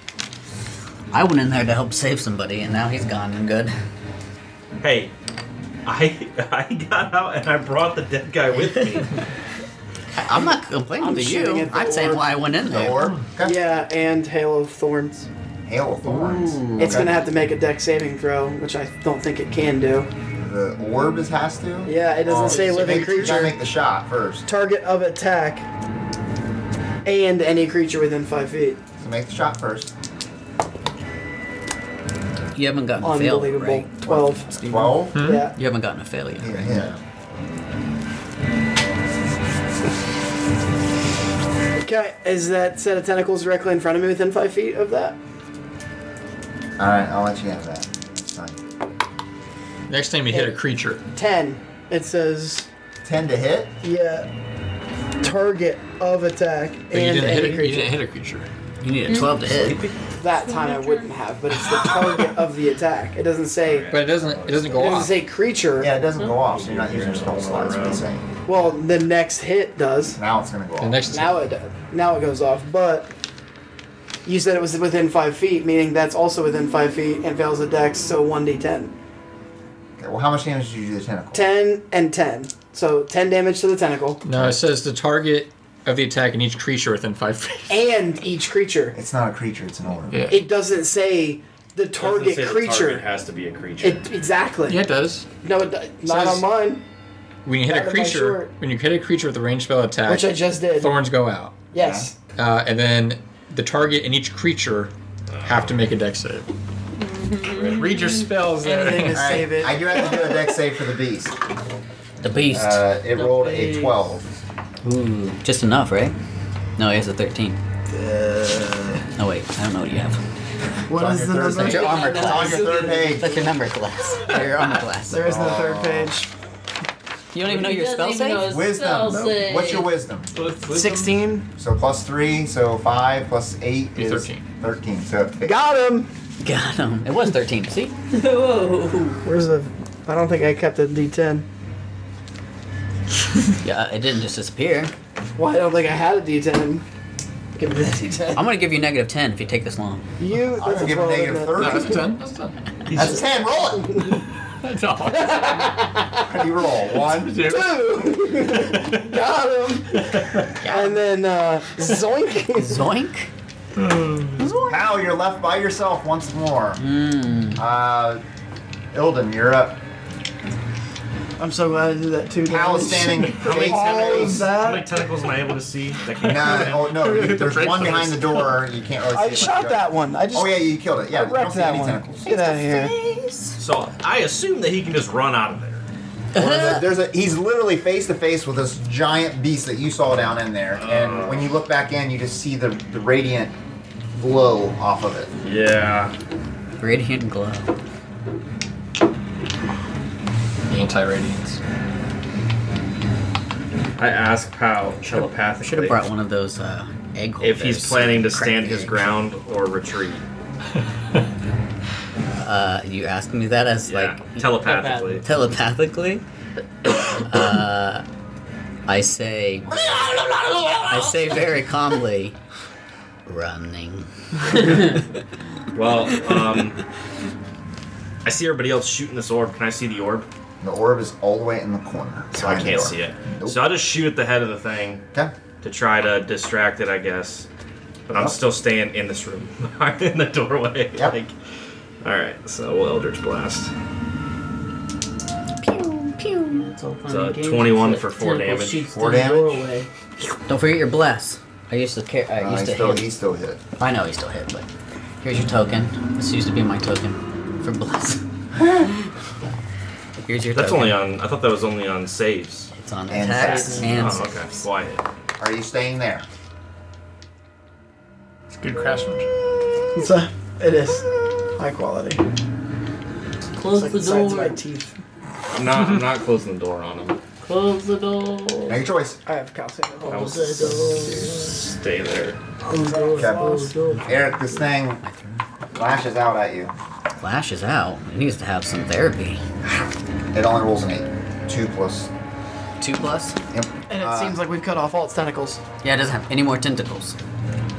H: I went in there to help save somebody, and now he's gone and good.
G: Hey, I I got out and I brought the dead guy with me.
H: I'm not complaining
E: I'm
H: to
E: shooting
H: you.
E: at the
H: I'm saying
E: orb.
H: why I went in
C: The
H: there.
C: orb. Okay.
E: Yeah, and Hail of Thorns.
C: Hail of thorns.
E: It's
C: Okay.
E: gonna have to make a deck saving throw, which I don't think it can do.
C: The orb is has to. Oh.
E: Yeah, it doesn't say
C: so
E: living
C: make- You
E: creature.
C: gotta make the shot first.
E: Target of attack and any creature within five feet.
C: So make the shot first.
H: You haven't gotten a fail,
E: Unbelievable.
H: right?
E: Twelve.
C: Twelve.
E: Yeah.
H: You haven't gotten a fail yet.
C: Yeah. yeah.
E: Okay. Is that set of tentacles directly in front of me within five feet of that?
C: All right, I'll let you have that. It's fine.
B: Next time you hit a creature.
E: Ten. It says
C: Ten to hit.
E: yeah. Target of attack
B: But you
E: and
B: didn't, hit
E: any
B: a, you
E: creature.
B: didn't hit a creature.
H: You need a 12 to hit.
E: That time I wouldn't have, but it's the target of the attack. It doesn't say.
B: But it doesn't it doesn't
E: It
B: go
E: doesn't
B: off.
E: say creature.
C: Yeah, it doesn't go
E: Hmm.
C: off, so you're not using your spell slots. What I'm saying.
E: Well, the next hit does.
C: Now it's gonna go off.
B: The next
E: Now it does. Now it goes off, but you said it was within five feet, meaning that's also within five feet and fails the dex, so 1d10.
C: Okay, well, how much damage did you do to the tentacle?
E: 10 and 10. So 10 damage to the tentacle
B: No, it says the target of the attack in each creature within five feet.
E: and each creature.
C: It's not a creature. It's an orb.
B: Yeah.
E: It doesn't say the target
G: Doesn't say the target
E: creature.
G: has to be a creature.
E: It, exactly.
B: Yeah, it does.
E: No, it, do- not on
B: Says-
E: mine,
B: When you hit
E: Not
B: a
E: if I
B: creature,
E: short.
B: when you hit a creature with a ranged spell attack,
E: which I just did.
B: thorns go out.
E: Yes.
B: Uh, and then the target and each creature have to make a dex save. Read your spells there.
E: Mm-hmm. Anything to
C: All right,
E: save it.
C: I do have to do a deck save for the beast.
H: The beast.
C: Uh, it rolled a 12.
H: Ooh, just enough, right? No, he has a 13. oh, wait, I don't know what you have.
E: What is the
C: Your
E: number?
C: third page.
H: armor
C: It's on your third page.
H: That's your number class. Or your armor class.
E: There is no third page.
H: You don't even know
F: He
H: your
F: doesn't
H: spell
F: even
H: save?
F: know his
C: Wisdom.
F: spell save.
C: What's your wisdom?
E: Sixteen.
C: So plus three, so five plus eight
B: Be
C: is
B: 13.
C: 13. So
E: Got him.
H: Got him. It was 13, see?
F: Whoa.
E: Where's the? I don't think I kept a D10.
H: Yeah, it didn't just disappear.
E: Well, I don't think I had a D10. Give me the D10.
H: I'm gonna give you negative 10 if you take this long.
E: You.
C: I'm
E: That's a
C: gonna give a
E: 12,
C: negative
E: isn't
B: No,
C: 30.
E: it?
B: that's a 10. That's a 10.
C: That's a 10. Roll it.
B: That's all.
C: How do you roll? One.
E: Boom! Got him. And then uh, zoink.
H: Zoink?
C: Now you're left by yourself once more.
H: Mm.
C: Uh, Ilden, you're up.
E: I'm so glad I did that too.
C: Cal is standing. face to
E: All of
C: face.
G: How
E: that.
G: many tentacles am I able to see? That can
C: No, oh, no, you- there's
G: Dreadful.
C: one behind the door. You can't really see
E: I
C: it much
E: shot
C: better.
E: that one. I just
C: Oh, yeah, you killed it. Yeah, you don't
E: wrecked
C: see
E: that
C: any
E: one.
C: tentacles.
E: Get out of here.
G: So I assume that he can just run out of there.
C: Or the- there's a, he's literally face to face with this giant beast that you saw down in there.
G: Oh.
C: And when you look back in, you just see the, the radiant glow off of it.
G: Yeah.
H: Radiant glow.
B: The anti radiance.
G: I asked Pal
H: Should have
G: telepathically
H: brought one of those uh, egg
G: if
H: holders
G: he's planning to
H: crack
G: stand
H: the
G: his
H: egg.
G: ground or retreat.
H: Uh, you asked me that as
G: Yeah,
H: like
G: telepathically.
H: telepathically. uh, I say, I say very calmly, running.
G: Well, um, I see everybody else shooting this orb. Can I see the orb?
C: The orb is all the way in the corner.
G: So I
C: behind the
G: can't
C: door.
G: see it.
C: Nope.
G: So I'll just shoot at the head of the thing
C: Okay.
G: to try to distract it, I guess. But I'm still staying in this room, I'm in the doorway.
C: Yep.
G: Like, all right. So we'll Eldritch Blast.
F: It's all fun
G: It's,
F: and
G: uh,
F: games.
G: 21
F: It's
G: for
F: like
G: four
F: tentacle
G: damage.
F: shoots
C: Four
F: through the
C: damage?
F: doorway.
H: Don't forget your bless. I used to care. I
C: Uh,
H: used
C: he's,
H: to
C: still,
H: hit.
C: he's still hit.
H: I know he still hit, but here's your token. This used to be my token for bless. here's your
G: That's
H: token.
G: only on. I thought that was only on saves.
H: it's on
C: And
H: attacks
C: saves.
H: and
G: oh, okay.
H: saves.
G: Why? Well,
C: Are you staying there?
B: It's good craftsmanship.
E: It's a, it is high quality.
F: Close
E: Like
F: the
E: the sides of my
F: door.
E: teeth.
G: I'm not. I'm not closing the door on him.
F: Close the door.
C: Make a choice.
E: I have calcium.
G: I will
E: Oh,
G: s- stay there.
F: Close the door.
C: Eric, this thing lashes out at you.
H: Flashes out. It needs to have some therapy.
C: It only rolls an eight. Two plus.
H: Two plus.
C: Yep.
E: and it
C: Uh,
E: seems like we've cut off all its tentacles.
H: Yeah, it doesn't have any more tentacles.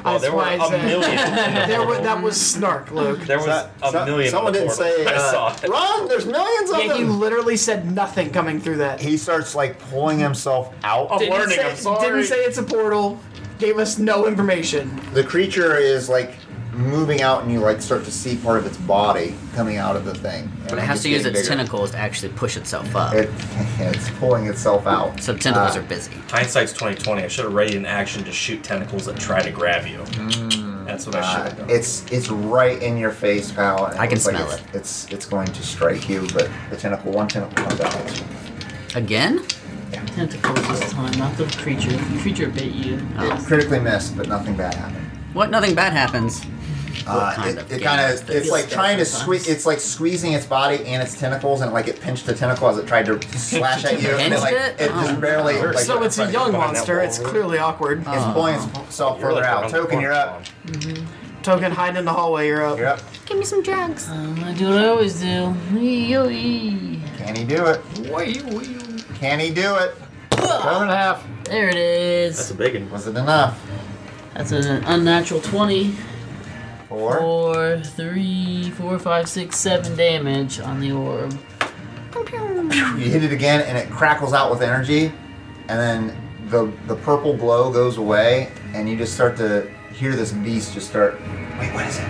G: Oh, there were
E: why I
G: a
E: said-
G: million.
E: There was, that was snark, Luke.
G: There was
C: so-
G: a
C: so-
G: million.
C: Someone
G: on the
C: didn't
G: portal.
C: say.
G: I
C: uh,
G: saw it.
C: Run! There's millions of
E: Yeah, you
C: them.
E: literally said nothing coming through that.
C: He starts like pulling himself out.
E: Didn't
G: learning,
E: say-
G: I'm sorry.
E: Didn't say it's a portal. Gave us no information.
C: The creature is like moving out, and you like start to see part of its body coming out of the thing.
H: But it has to use its tentacles to actually push itself up.
C: It, it's pulling itself out.
H: so tentacles
C: Uh,
H: are busy.
G: Hindsight's 2020. I should have ready in action to shoot tentacles that try to grab you. That's what I should
C: Uh,
G: have done.
C: it's it's right in your face, pal. and
H: I can
C: looks like
H: smell
C: it's, It's it's going to strike you, but the tentacle, one tentacle comes out. at you.
H: Again?
F: Tentacles this time, not the creature. The creature bit you.
H: Oh.
C: It critically missed, but nothing bad happened.
H: What? Nothing bad happens.
C: Uh,
H: kind
C: it-
H: of
C: it
H: game
C: kind
H: is
C: of
H: this?
C: it's like
F: Stuff
C: trying to
F: sometimes.
C: squeeze. It's like squeezing its body and its tentacles, and like it pinched the tentacle as it tried to slash at you, and it,
H: Pinched
C: like
H: it?
C: it
H: Oh,
C: just barely.
H: no.
C: Like,
E: So it's a young
G: Find out
E: monster.
G: what
E: It's
G: we're-
E: clearly awkward.
C: It's pulling itself
G: You're
C: further
G: like
C: out.
G: on
C: Token,
G: portal.
C: you're up.
E: Token, hide in the hallway. You're up.
C: You're up.
A: Give me some drugs.
F: Um, I do what I always do. Wee-oo-ee.
C: Can he do it? Can he do it? Seven and a half.
F: There it
G: That's
F: is.
G: a big one.
C: Was it enough?
F: That's an unnatural 20
C: Four.
F: for three, four, five, six, seven damage on the orb.
C: You hit it again, and it crackles out with energy, and then the the purple glow goes away, and you just start to hear this beast just start. Wait, what is it?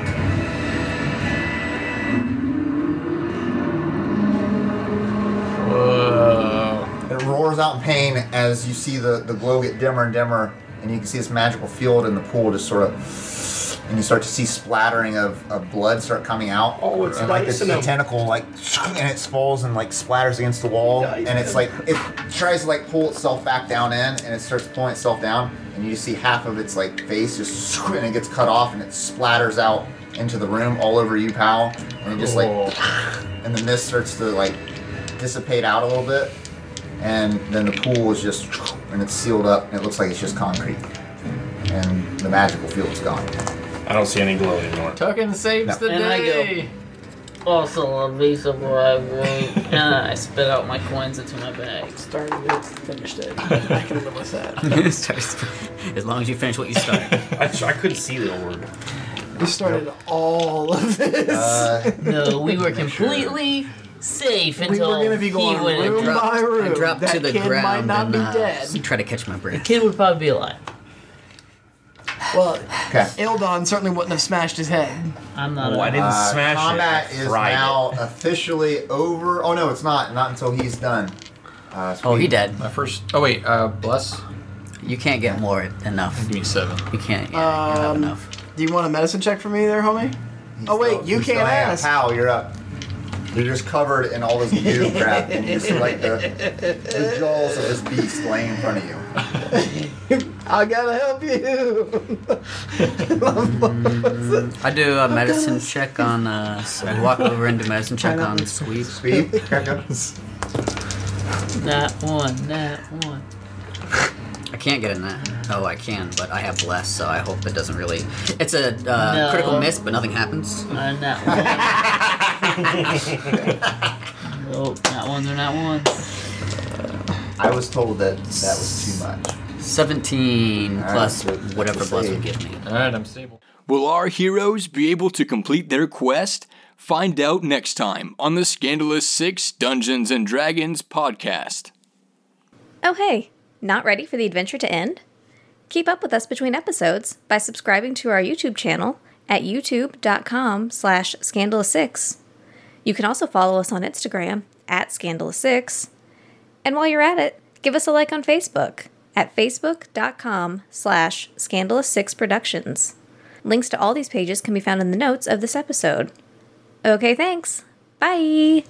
B: Whoa.
C: It roars out in pain as you see the, the glow get dimmer and dimmer, and you can see this magical field in the pool just sort of and you start to see splattering of, of blood start coming out.
G: Oh, it's
C: and like
G: nice
C: this
G: in
C: the
G: them.
C: tentacle like and it falls and like splatters against the wall,
G: Nice
C: and it's
G: in
C: like it tries to like pull itself back down in, and it starts pulling itself down, and you see half of its like face just and it gets cut off, and it splatters out into the room all over you, pal, and it just like
G: Oh.
C: and the mist starts to like dissipate out a little bit, and then the pool is just and it's sealed up, and it looks like it's just concrete, and the magical field's gone.
G: I don't see any glow anymore.
B: Token saves
C: No.
B: the
F: And I go.
B: day.
F: Also, a piece of what I want. and Uh, I spit out my coins into my bag.
E: Started it, finished it. I can live with that.
H: Starts- as long as you finish what you start.
G: I, I couldn't see the orb.
E: We started all of this.
C: Uh,
F: No, we were completely safe
E: we
F: until
E: were gonna be
F: he
E: going
F: went and
E: room
F: dropped-
E: by room.
H: I dropped
E: that
H: to the
E: kid might
H: ground
E: not
H: and
E: be
H: uh,
E: dead.
H: try to catch my breath.
F: Kid would probably be alive.
E: Well,
C: okay.
E: Ildon certainly wouldn't have smashed his head.
F: I'm not.
G: Oh, I
F: alive.
G: didn't
C: Uh,
G: smash it.
C: combat
G: I
C: is
G: fried
C: now officially over. Oh no, it's not. Not until he's done. Uh,
H: Oh, he
C: sweet.
H: dead.
B: My first. Oh wait, uh, bless.
H: You can't get more enough.
B: Give me seven.
H: You can't. Yeah, you don't have
E: Um,
H: enough.
E: Do you want a medicine check for me there, homie?
C: He's
E: Oh, wait,
C: still-
E: you
C: he's still
E: can't
C: hanging out.
E: ask.
C: Pal, you're up. You're just covered in all this goo crap, and you just see, like the, the jaws of this beast laying in front of you.
E: I gotta help you.
H: I do a medicine check on. Uh, s- I walk over and do medicine check on Squeeze.
C: Speed. Okay.
F: Not one. Not one.
H: I can't get in that. Oh, I can, but I have less, so I hope it doesn't really. It's a uh,
F: No.
H: critical miss, but nothing happens.
F: Uh, not one. nope. Not ones or not ones.
C: I was told that that was too much.
H: 17
C: Alright,
H: plus
C: so let's
H: whatever plus
C: see.
H: would give me.
B: All right, I'm stable.
K: Will our heroes be able to complete their quest? Find out next time on the Scandalous Six Dungeons and Dragons podcast.
A: Oh, hey, not ready for the adventure to end? Keep up with us between episodes by subscribing to our YouTube channel at youtube.com slash scandalous6. You can also follow us on Instagram at scandalous6. And while you're at it, give us a like on Facebook at facebook.com slash scandalous6productions. Links to all these pages can be found in the notes of this episode. Okay, thanks. Bye.